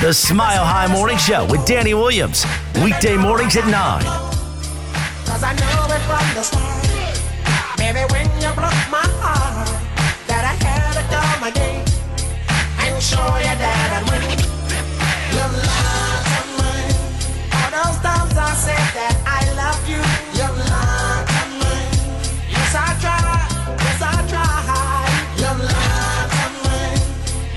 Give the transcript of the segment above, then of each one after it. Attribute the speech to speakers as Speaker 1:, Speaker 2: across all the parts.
Speaker 1: The Smile High Morning Show with Danny Williams. Weekday mornings at 9.
Speaker 2: Cause I know it from the start. Baby, when you broke my heart, that I had to come again and show you that I win. Your lies are mine. All those times I said that I love you, your lies are mine. Yes, I try. Yes, I try. Your lies are mine.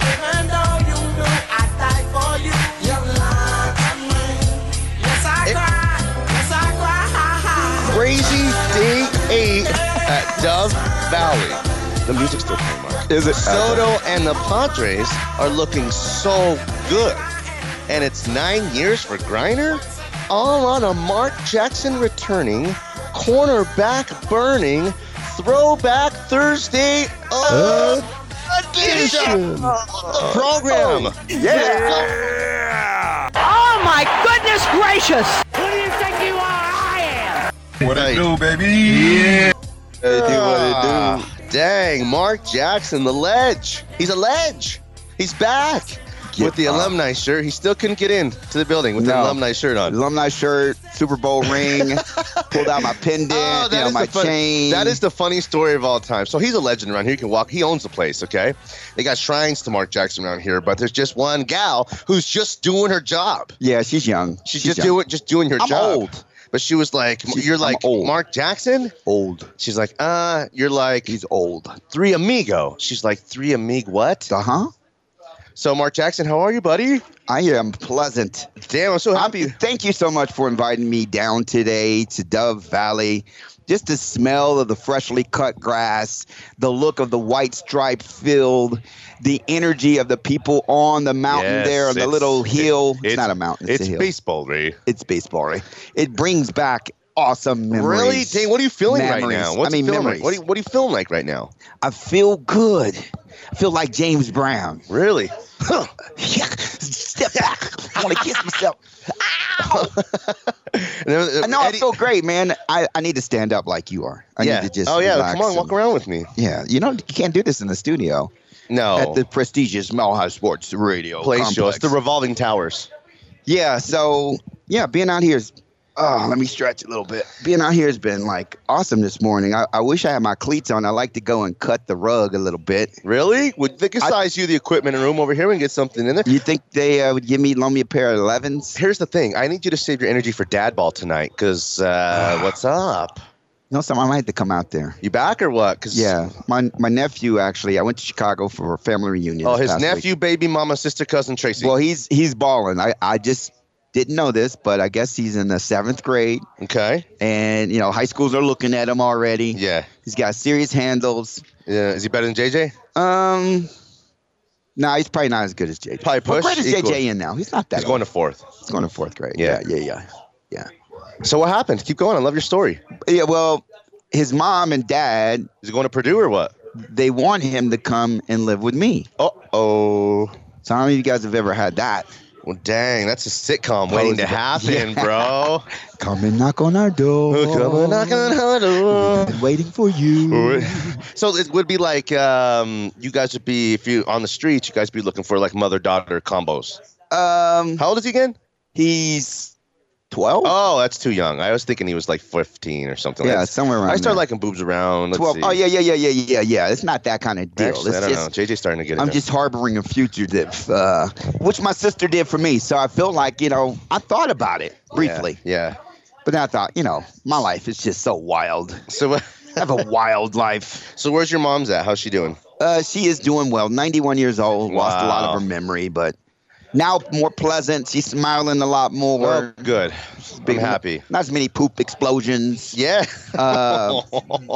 Speaker 2: Even though you knew I died for you, your lies are mine. Yes, I cry. Yes, I cry.
Speaker 3: Crazy Day 8 at Dove Valley. The music's still playing, Mark. Is it? Soto and the Padres are looking so good. And it's nine years for Griner, all on a Mark Jackson returning, cornerback burning, throwback Thursday uh, edition Oh. of the program. yeah.
Speaker 4: Oh my goodness gracious!
Speaker 5: What
Speaker 3: Right.
Speaker 5: it do, baby?
Speaker 3: Ah, Dang, Mark Jackson, the ledge. He's a ledge. He's back with the
Speaker 6: up.
Speaker 3: alumni shirt. He still couldn't get in to the building with the
Speaker 6: No.
Speaker 3: alumni shirt on.
Speaker 6: alumni shirt, Super Bowl ring, pulled out my pendant,
Speaker 3: Oh,
Speaker 6: you know,
Speaker 3: is
Speaker 6: my
Speaker 3: the fun-
Speaker 6: chain.
Speaker 3: That is the funny story of all time. So he's a legend around here. He can walk. He owns the place. Okay, they got shrines to Mark Jackson around here, but there's just one gal who's just doing her job.
Speaker 6: yeah, she's young.
Speaker 3: She's, just
Speaker 6: young.
Speaker 3: doing just doing her
Speaker 6: I'm
Speaker 3: job.
Speaker 6: old.
Speaker 3: But she was like,
Speaker 6: She's-
Speaker 3: "You're
Speaker 6: I'm
Speaker 3: like
Speaker 6: old.
Speaker 3: Mark Jackson."
Speaker 6: old.
Speaker 3: She's like, "Uh," you're like,
Speaker 6: He's old.
Speaker 3: three amigo. She's like, three amig what?
Speaker 6: Uh huh.
Speaker 3: So Mark Jackson, how are you, buddy?
Speaker 6: I am pleasant.
Speaker 3: Damn, I'm so
Speaker 6: I'm-
Speaker 3: happy.
Speaker 6: thank you so much for inviting me down today to Dove Valley. Just the smell of the freshly cut grass, the look of the white striped field, the energy of the people on the mountain
Speaker 3: Yes,
Speaker 6: there on the
Speaker 3: it's-
Speaker 6: little hill. It's,
Speaker 3: it's-
Speaker 6: not a mountain, it's, a hill.
Speaker 3: baseball, Ray.
Speaker 6: it's baseball, right? It brings back awesome memories.
Speaker 3: Really? Dang, what are you feeling right
Speaker 6: Memories.
Speaker 3: now? What's
Speaker 6: I mean,
Speaker 3: it feeling
Speaker 6: memories.
Speaker 3: like? What are, you, what are you feeling like right now?
Speaker 6: I feel good. I feel like James Brown.
Speaker 3: Really?
Speaker 6: Step back. I want to kiss myself.
Speaker 3: And then, uh,
Speaker 6: I know I
Speaker 3: Eddie-
Speaker 6: feel great, man. I, I need to stand up like you are. I
Speaker 3: yeah.
Speaker 6: need to just
Speaker 3: oh yeah,
Speaker 6: relax
Speaker 3: come on,
Speaker 6: and-
Speaker 3: walk around with me.
Speaker 6: Yeah, you know you can't do this in the studio
Speaker 3: No,
Speaker 6: at the prestigious Malha Sports Radio
Speaker 3: place show.
Speaker 6: complex.
Speaker 3: It's the revolving towers.
Speaker 6: yeah, so yeah, being out here is. Oh, let me stretch a little bit. Being out here has been like awesome this morning. I, I wish I had my cleats on. I like to go and cut the rug a little bit.
Speaker 3: Really? Would they could
Speaker 6: I-
Speaker 3: size you the equipment room over here and get something in there?
Speaker 6: You think they uh, would give me loan me a pair of 11s?
Speaker 3: Here's the thing. I need you to save your energy for dad ball tonight, cause uh, what's up?
Speaker 6: You know, something I might have to come out there.
Speaker 3: You back or what? 'Cause-
Speaker 6: Yeah, my my nephew actually. I went to Chicago for a family reunion.
Speaker 3: Oh,
Speaker 6: this
Speaker 3: his
Speaker 6: past week.
Speaker 3: nephew, baby mama, sister, cousin Tracy.
Speaker 6: Well, he's he's balling. I I just didn't know this, but I guess he's in the seventh grade,
Speaker 3: okay.
Speaker 6: and you know, high schools are looking at him already.
Speaker 3: Yeah.
Speaker 6: He's got serious handles.
Speaker 3: Yeah. Is he better than JJ?
Speaker 6: Um, no, he's probably not as good as JJ.
Speaker 3: Probably
Speaker 6: What
Speaker 3: push
Speaker 6: grade is
Speaker 3: equal.
Speaker 6: JJ in now? He's not that.
Speaker 3: He's going to fourth.
Speaker 6: old. he's going to fourth grade.
Speaker 3: Yeah.
Speaker 6: yeah, yeah, yeah,
Speaker 3: So what happened? Keep going. I love your story.
Speaker 6: yeah. Yeah, Well, his mom and dad
Speaker 3: Is he going to Purdue or what?
Speaker 6: they want him to come and live with me.
Speaker 3: Uh oh.
Speaker 6: So I don't know if you guys have ever had that.
Speaker 3: Well, dang, that's a sitcom waiting to
Speaker 6: Posed.
Speaker 3: happen, bro.
Speaker 6: Come and knock on our door.
Speaker 3: Come and knock on our door.
Speaker 6: Been waiting for you.
Speaker 3: So it would be like um, you guys would be if you on the street, you guys be looking for like mother daughter combos.
Speaker 6: Um,
Speaker 3: How old is he again?
Speaker 6: he's twelve.
Speaker 3: Oh, that's too young. I was thinking he was like fifteen or something.
Speaker 6: yeah,
Speaker 3: That's-
Speaker 6: somewhere around.
Speaker 3: I start
Speaker 6: there.
Speaker 3: liking boobs around. Let's
Speaker 6: twelve.
Speaker 3: see.
Speaker 6: Oh yeah, yeah, yeah, yeah, yeah, yeah. It's not that kind of deal.
Speaker 3: Actually,
Speaker 6: it's
Speaker 3: I don't
Speaker 6: just,
Speaker 3: know. JJ's starting to get.
Speaker 6: I'm
Speaker 3: it.
Speaker 6: just harboring a fugitive, uh, which my sister did for me. So I feel like, you know, I thought about it briefly,
Speaker 3: Yeah.
Speaker 6: but then I thought, you know, my life is just so wild.
Speaker 3: yeah. So
Speaker 6: I have a wild life.
Speaker 3: so where's your mom's at? How's she doing?
Speaker 6: Uh, she is doing well. 91 years old, lost a lot
Speaker 3: Wow.
Speaker 6: of her memory, but now more pleasant. She's smiling a lot more.
Speaker 3: Well, good. Oh, I'm happy.
Speaker 6: Not as many poop explosions.
Speaker 3: Yeah.
Speaker 6: Uh,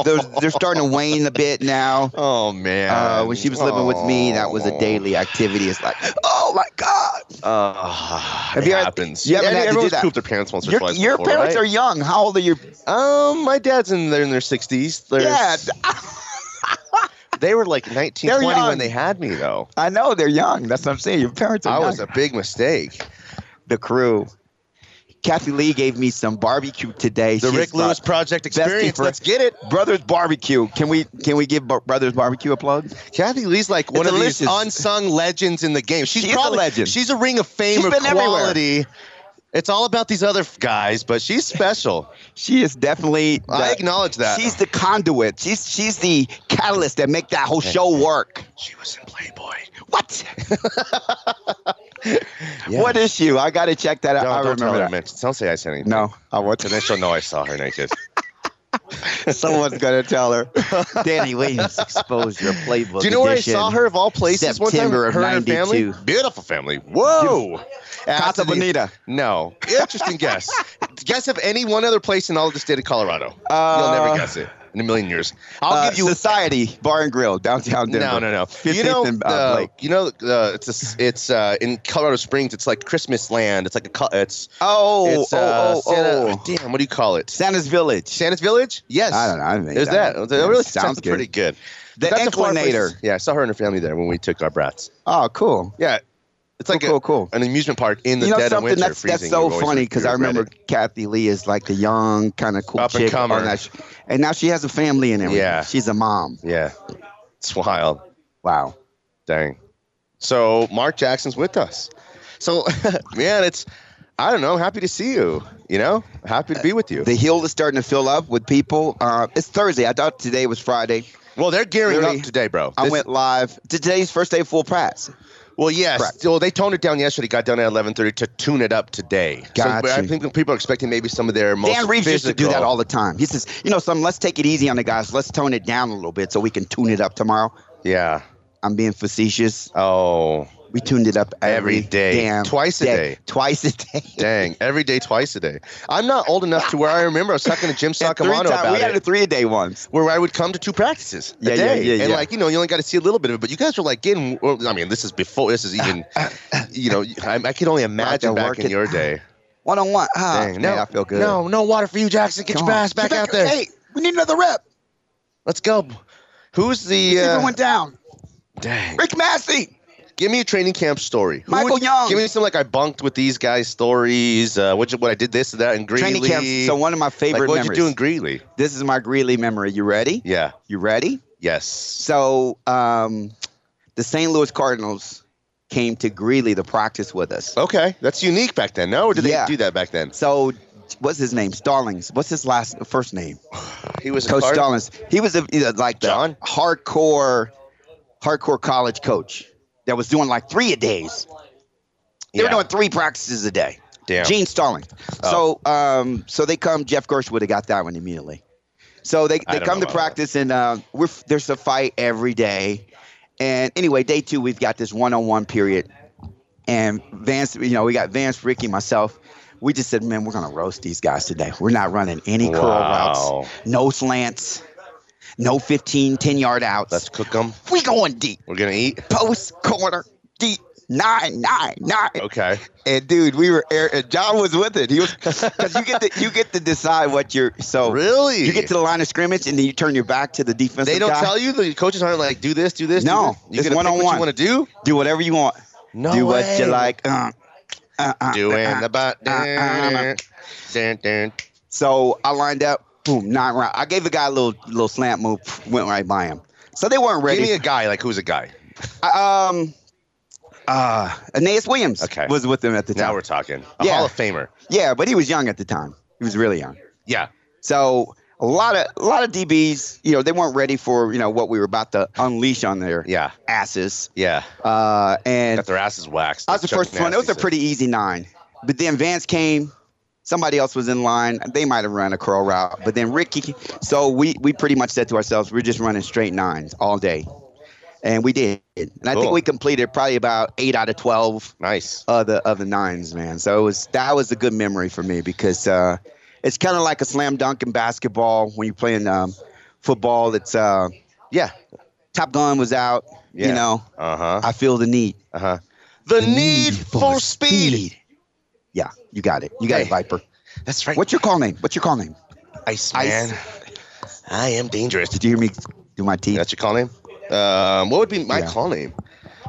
Speaker 6: they're, they're starting to wane a bit now.
Speaker 3: Oh man.
Speaker 6: Uh, when she was living with me, that was a daily activity. It's like, oh my God.
Speaker 3: Uh,
Speaker 6: Have
Speaker 3: it
Speaker 6: you ever-
Speaker 3: happens.
Speaker 6: you haven't had to do
Speaker 3: everyone's
Speaker 6: that?
Speaker 3: pooped their pants once or
Speaker 6: Your,
Speaker 3: twice.
Speaker 6: your
Speaker 3: before,
Speaker 6: parents are
Speaker 3: right?
Speaker 6: young. How old are your
Speaker 3: Um, my dad's in their in their sixties.
Speaker 6: Yeah,
Speaker 3: They were like nineteen,
Speaker 6: They're
Speaker 3: twenty when
Speaker 6: young.
Speaker 3: they had me though.
Speaker 6: I know they're young. That's what I'm saying. Your parents are
Speaker 3: I
Speaker 6: young.
Speaker 3: was a big mistake.
Speaker 6: the crew. Kathy Lee gave me some barbecue today.
Speaker 3: The
Speaker 6: She
Speaker 3: Rick
Speaker 6: has brought
Speaker 3: Lewis Project
Speaker 6: bestie
Speaker 3: Experience.
Speaker 6: for-
Speaker 3: Let's get it.
Speaker 6: Brothers Barbecue. Can we can we give Bar- Brothers Barbecue a plug?
Speaker 3: Kathy Lee's like one
Speaker 6: It's
Speaker 3: of
Speaker 6: a
Speaker 3: the
Speaker 6: list is-
Speaker 3: unsung legends in the game. She's
Speaker 6: She is a
Speaker 3: probably,
Speaker 6: legend.
Speaker 3: She's a ring of fame
Speaker 6: She's
Speaker 3: of
Speaker 6: been everywhere.
Speaker 3: quality. It's all about these other f- guys, but she's special.
Speaker 6: She is definitely.
Speaker 3: I
Speaker 6: the-
Speaker 3: acknowledge that.
Speaker 6: She's the conduit. She's she's the catalyst that make that whole show work.
Speaker 3: she was in Playboy.
Speaker 6: What? What issue? I gotta check that out.
Speaker 3: No,
Speaker 6: I
Speaker 3: don't tell
Speaker 6: remember
Speaker 3: her
Speaker 6: that.
Speaker 3: I mentioned- Don't say I said anything.
Speaker 6: No, I want
Speaker 3: And then she'll know I saw her naked.
Speaker 6: to. Someone's gonna tell her.
Speaker 5: Danny Williams exposed your playbook.
Speaker 3: Do you know where I
Speaker 5: edition.
Speaker 3: saw her of all places? one time?
Speaker 5: September of
Speaker 3: her and her family?
Speaker 5: 92.
Speaker 3: Beautiful family. Whoa.
Speaker 6: Casa
Speaker 3: After the-
Speaker 6: Bonita.
Speaker 3: No. Interesting guess. Guess of any one other place in all of the state of Colorado.
Speaker 6: Uh,
Speaker 3: You'll never guess it in a million years. I'll
Speaker 6: uh,
Speaker 3: give you
Speaker 6: Society Bar and Grill downtown Denver.
Speaker 3: No, no, no.
Speaker 6: 15th
Speaker 3: You know,
Speaker 6: and, uh,
Speaker 3: uh,
Speaker 6: Blake.
Speaker 3: you know, uh, it's a s it's uh, in Colorado Springs. It's like Christmas land. It's like a, co- it's,
Speaker 6: Oh,
Speaker 3: it's,
Speaker 6: oh,
Speaker 3: uh,
Speaker 6: oh, oh,
Speaker 3: Santa- damn, what do you call it?
Speaker 6: Santa's Village.
Speaker 3: Santa's Village? Yes.
Speaker 6: I don't know. I mean,
Speaker 3: There's that. That really sounds
Speaker 6: sounds good.
Speaker 3: pretty good.
Speaker 6: The
Speaker 3: That's a far place-
Speaker 6: Inclinator.
Speaker 3: Yeah, I saw her and her family there when we took our brats.
Speaker 6: Oh, cool.
Speaker 3: Yeah, it's like
Speaker 6: cool,
Speaker 3: a,
Speaker 6: cool.
Speaker 3: an amusement park in the
Speaker 6: you know
Speaker 3: dead of
Speaker 6: something
Speaker 3: winter.
Speaker 6: that's
Speaker 3: freezing,
Speaker 6: that's
Speaker 3: you
Speaker 6: so
Speaker 3: always
Speaker 6: funny
Speaker 3: re-
Speaker 6: because I
Speaker 3: regret
Speaker 6: remember
Speaker 3: it.
Speaker 6: Kathy Lee is like the young kind of cool
Speaker 3: Up and
Speaker 6: chick
Speaker 3: comer.
Speaker 6: on that sh- and now she has a family and everything.
Speaker 3: Yeah.
Speaker 6: she's a mom.
Speaker 3: Yeah, it's wild.
Speaker 6: Wow.
Speaker 3: Dang. So Mark Jackson's with us. So man, it's I don't know. I'm happy to see you. You know, happy to be with you.
Speaker 6: The hill is starting to fill up with people. Uh, it's Thursday. I thought today was Friday.
Speaker 3: well, they're gearing
Speaker 6: Literally,
Speaker 3: up today, bro.
Speaker 6: I
Speaker 3: This-
Speaker 6: went live. Today's first day of full pass.
Speaker 3: Well, yes.
Speaker 6: Correct.
Speaker 3: Well, they toned it down yesterday. Got down at eleven thirty to tune it up today.
Speaker 6: Gotcha.
Speaker 3: So, I think people are expecting maybe some of their most
Speaker 6: Dan Reeves used to do that
Speaker 3: physical-
Speaker 6: all the time. He says, you know, something, let's take it easy on the guys. Let's tone it down a little bit so we can tune it up tomorrow.
Speaker 3: Yeah.
Speaker 6: I'm being facetious.
Speaker 3: Oh,
Speaker 6: We tuned it up
Speaker 3: Every
Speaker 6: every,
Speaker 3: day.
Speaker 6: damn
Speaker 3: Twice a day.
Speaker 6: Twice a day.
Speaker 3: dang! Every day, twice a day. I'm not old enough to where I remember I was talking to Jim
Speaker 6: And three
Speaker 3: Sakamoto
Speaker 6: time-
Speaker 3: about
Speaker 6: we
Speaker 3: it.
Speaker 6: had a three a day once.
Speaker 3: where I would come to two practices a
Speaker 6: Yeah, yeah,
Speaker 3: day,
Speaker 6: yeah,
Speaker 3: and
Speaker 6: yeah.
Speaker 3: like you know, you only got to see a little bit of it. But you guys were like getting. well, I mean, this is before. This is even. you know, I, I could only imagine
Speaker 6: to
Speaker 3: back
Speaker 6: work
Speaker 3: in
Speaker 6: it
Speaker 3: your day.
Speaker 6: One on one. Ah,
Speaker 3: Dang,
Speaker 6: man,
Speaker 3: no,
Speaker 6: I feel good.
Speaker 3: No, no water for you, Jackson. Get
Speaker 6: Come
Speaker 3: your
Speaker 6: on.
Speaker 3: ass back
Speaker 6: Get
Speaker 3: out there.
Speaker 6: Hey, we need another rep.
Speaker 3: let's go. Who's the?
Speaker 6: Yeah.
Speaker 3: Uh,
Speaker 6: went down.
Speaker 3: dang.
Speaker 6: Rick Massey.
Speaker 3: Give me a training camp story. Who
Speaker 6: Michael
Speaker 3: would-
Speaker 6: Young.
Speaker 3: Give me some like I bunked with these guys stories. Uh, what you- what I did this and that in Greeley.
Speaker 6: Training camp. So one of my
Speaker 3: like
Speaker 6: favorite
Speaker 3: what you
Speaker 6: memories.
Speaker 3: do in Greeley?
Speaker 6: this is my Greeley memory. You ready?
Speaker 3: Yeah.
Speaker 6: You ready?
Speaker 3: Yes.
Speaker 6: So um, the St. Louis Cardinals came to Greeley to practice with us.
Speaker 3: Okay, that's unique back then. No, or did
Speaker 6: Yeah.
Speaker 3: they do that back then?
Speaker 6: So what's his name? Stallings. What's his last first name?
Speaker 3: He was a
Speaker 6: Coach
Speaker 3: card-
Speaker 6: Stallings. He was a, you know, like the
Speaker 3: John?
Speaker 6: hardcore, hardcore college coach that was doing like three a days. They were
Speaker 3: Yeah.
Speaker 6: doing three practices a day.
Speaker 3: Damn. Oh.
Speaker 6: Gene Stallings. So, um, so they come. Jeff Gersh would have got that one immediately. So they,
Speaker 3: I
Speaker 6: they
Speaker 3: don't
Speaker 6: come
Speaker 3: know about
Speaker 6: to
Speaker 3: that.
Speaker 6: practice, and uh, we're f- there's a fight every day. And anyway, day two, we've got this one-on-one period, and Vance, you know, we got Vance, Ricky, myself. We just said, man, we're gonna roast these guys today. We're not running any curl
Speaker 3: Wow.
Speaker 6: routes, no slants, no 15, 10 yard outs.
Speaker 3: Let's cook them.
Speaker 6: we going deep,
Speaker 3: We're gonna eat.
Speaker 6: post corner deep, nine, nine, nine.
Speaker 3: Okay.
Speaker 6: And dude, we were air, and John was with it. He was because you get to you get to decide what you're so
Speaker 3: Really?
Speaker 6: Oh, you get to the line of scrimmage and then you turn your back to the defensive
Speaker 3: They don't
Speaker 6: guy.
Speaker 3: tell you. The coaches aren't like, do this, do this. do
Speaker 6: No,
Speaker 3: this. you
Speaker 6: it's
Speaker 3: get one on one.
Speaker 6: one-on-one.
Speaker 3: You want to do?
Speaker 6: do whatever you want.
Speaker 3: No
Speaker 6: do what you like. Uh, uh, uh,
Speaker 3: Doing
Speaker 6: uh, uh.
Speaker 3: about
Speaker 6: uh, uh.
Speaker 3: Dun, dun.
Speaker 6: So I lined up, boom, nine round. I gave the guy a little little slant move, went right by him. So they weren't
Speaker 3: Give me
Speaker 6: ready.
Speaker 3: a guy. Like who's a guy?
Speaker 6: um, uh, Aeneas Williams
Speaker 3: Okay.
Speaker 6: was with them at the
Speaker 3: Now
Speaker 6: time.
Speaker 3: we're talking. A
Speaker 6: Yeah.
Speaker 3: Hall of Famer.
Speaker 6: Yeah, but he was young at the time. He was really young.
Speaker 3: Yeah.
Speaker 6: So a lot of a lot of DBs, you know, they weren't ready for you know what we were about to unleash on their
Speaker 3: Yeah.
Speaker 6: asses.
Speaker 3: Yeah.
Speaker 6: Uh, and
Speaker 3: Got their asses waxed.
Speaker 6: I was the
Speaker 3: Chuck
Speaker 6: first one. It was a
Speaker 3: Nasty
Speaker 6: pretty easy nine. But then Vance came. Somebody else was in line. They might have run a curl route, but then Ricky. So we we pretty much said to ourselves, we're just running straight nines all day, and we did. And I
Speaker 3: Cool.
Speaker 6: think we completed probably about eight out of twelve
Speaker 3: said. Nice.
Speaker 6: of the of the nines, man. So it was that was a good memory for me because uh, it's kind of like a slam dunk in basketball when you're playing um, football. It's uh,
Speaker 3: Yeah.
Speaker 6: Top Gun was out,
Speaker 3: Yeah.
Speaker 6: you know.
Speaker 3: Uh huh.
Speaker 6: I feel the need.
Speaker 3: Uh huh. The, need, for speed.
Speaker 6: Yeah, you got it. You got
Speaker 3: Hey.
Speaker 6: it, Viper.
Speaker 3: That's right.
Speaker 6: What's your call name? What's your call name?
Speaker 3: ice
Speaker 6: Ice.
Speaker 3: man? I am dangerous.
Speaker 6: Did you hear me do my teeth?
Speaker 3: That's your call name. Um, what would be my
Speaker 6: Yeah.
Speaker 3: call name?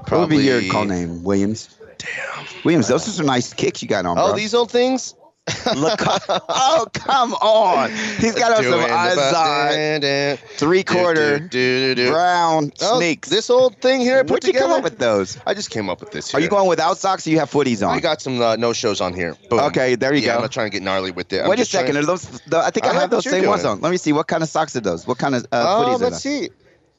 Speaker 6: what would be your
Speaker 3: Probably-
Speaker 6: call name, Williams? Damn. Williams, those are some nice kicks you got on,
Speaker 3: Oh,
Speaker 6: bro.
Speaker 3: these old things?
Speaker 6: Look, oh come on! He's got on some Izod three quarter brown
Speaker 3: Oh,
Speaker 6: sneaks.
Speaker 3: This old thing here I put
Speaker 6: Where'd you
Speaker 3: together.
Speaker 6: come up with those?
Speaker 3: I just came up with this. Here.
Speaker 6: Are you going without socks or you have footies on?
Speaker 3: I got some uh, no shows on here. Boom.
Speaker 6: Okay, there you
Speaker 3: Yeah, I'm
Speaker 6: go.
Speaker 3: not trying to get gnarly with it. I'm
Speaker 6: Wait a
Speaker 3: just trying-
Speaker 6: second. Are those? The, I think
Speaker 3: I
Speaker 6: I,
Speaker 3: like
Speaker 6: have those
Speaker 3: what you're
Speaker 6: same ones
Speaker 3: doing.
Speaker 6: on. Let me see. What kind of socks are those? What kind of uh,
Speaker 3: Oh,
Speaker 6: footies are
Speaker 3: let's
Speaker 6: those?
Speaker 3: see.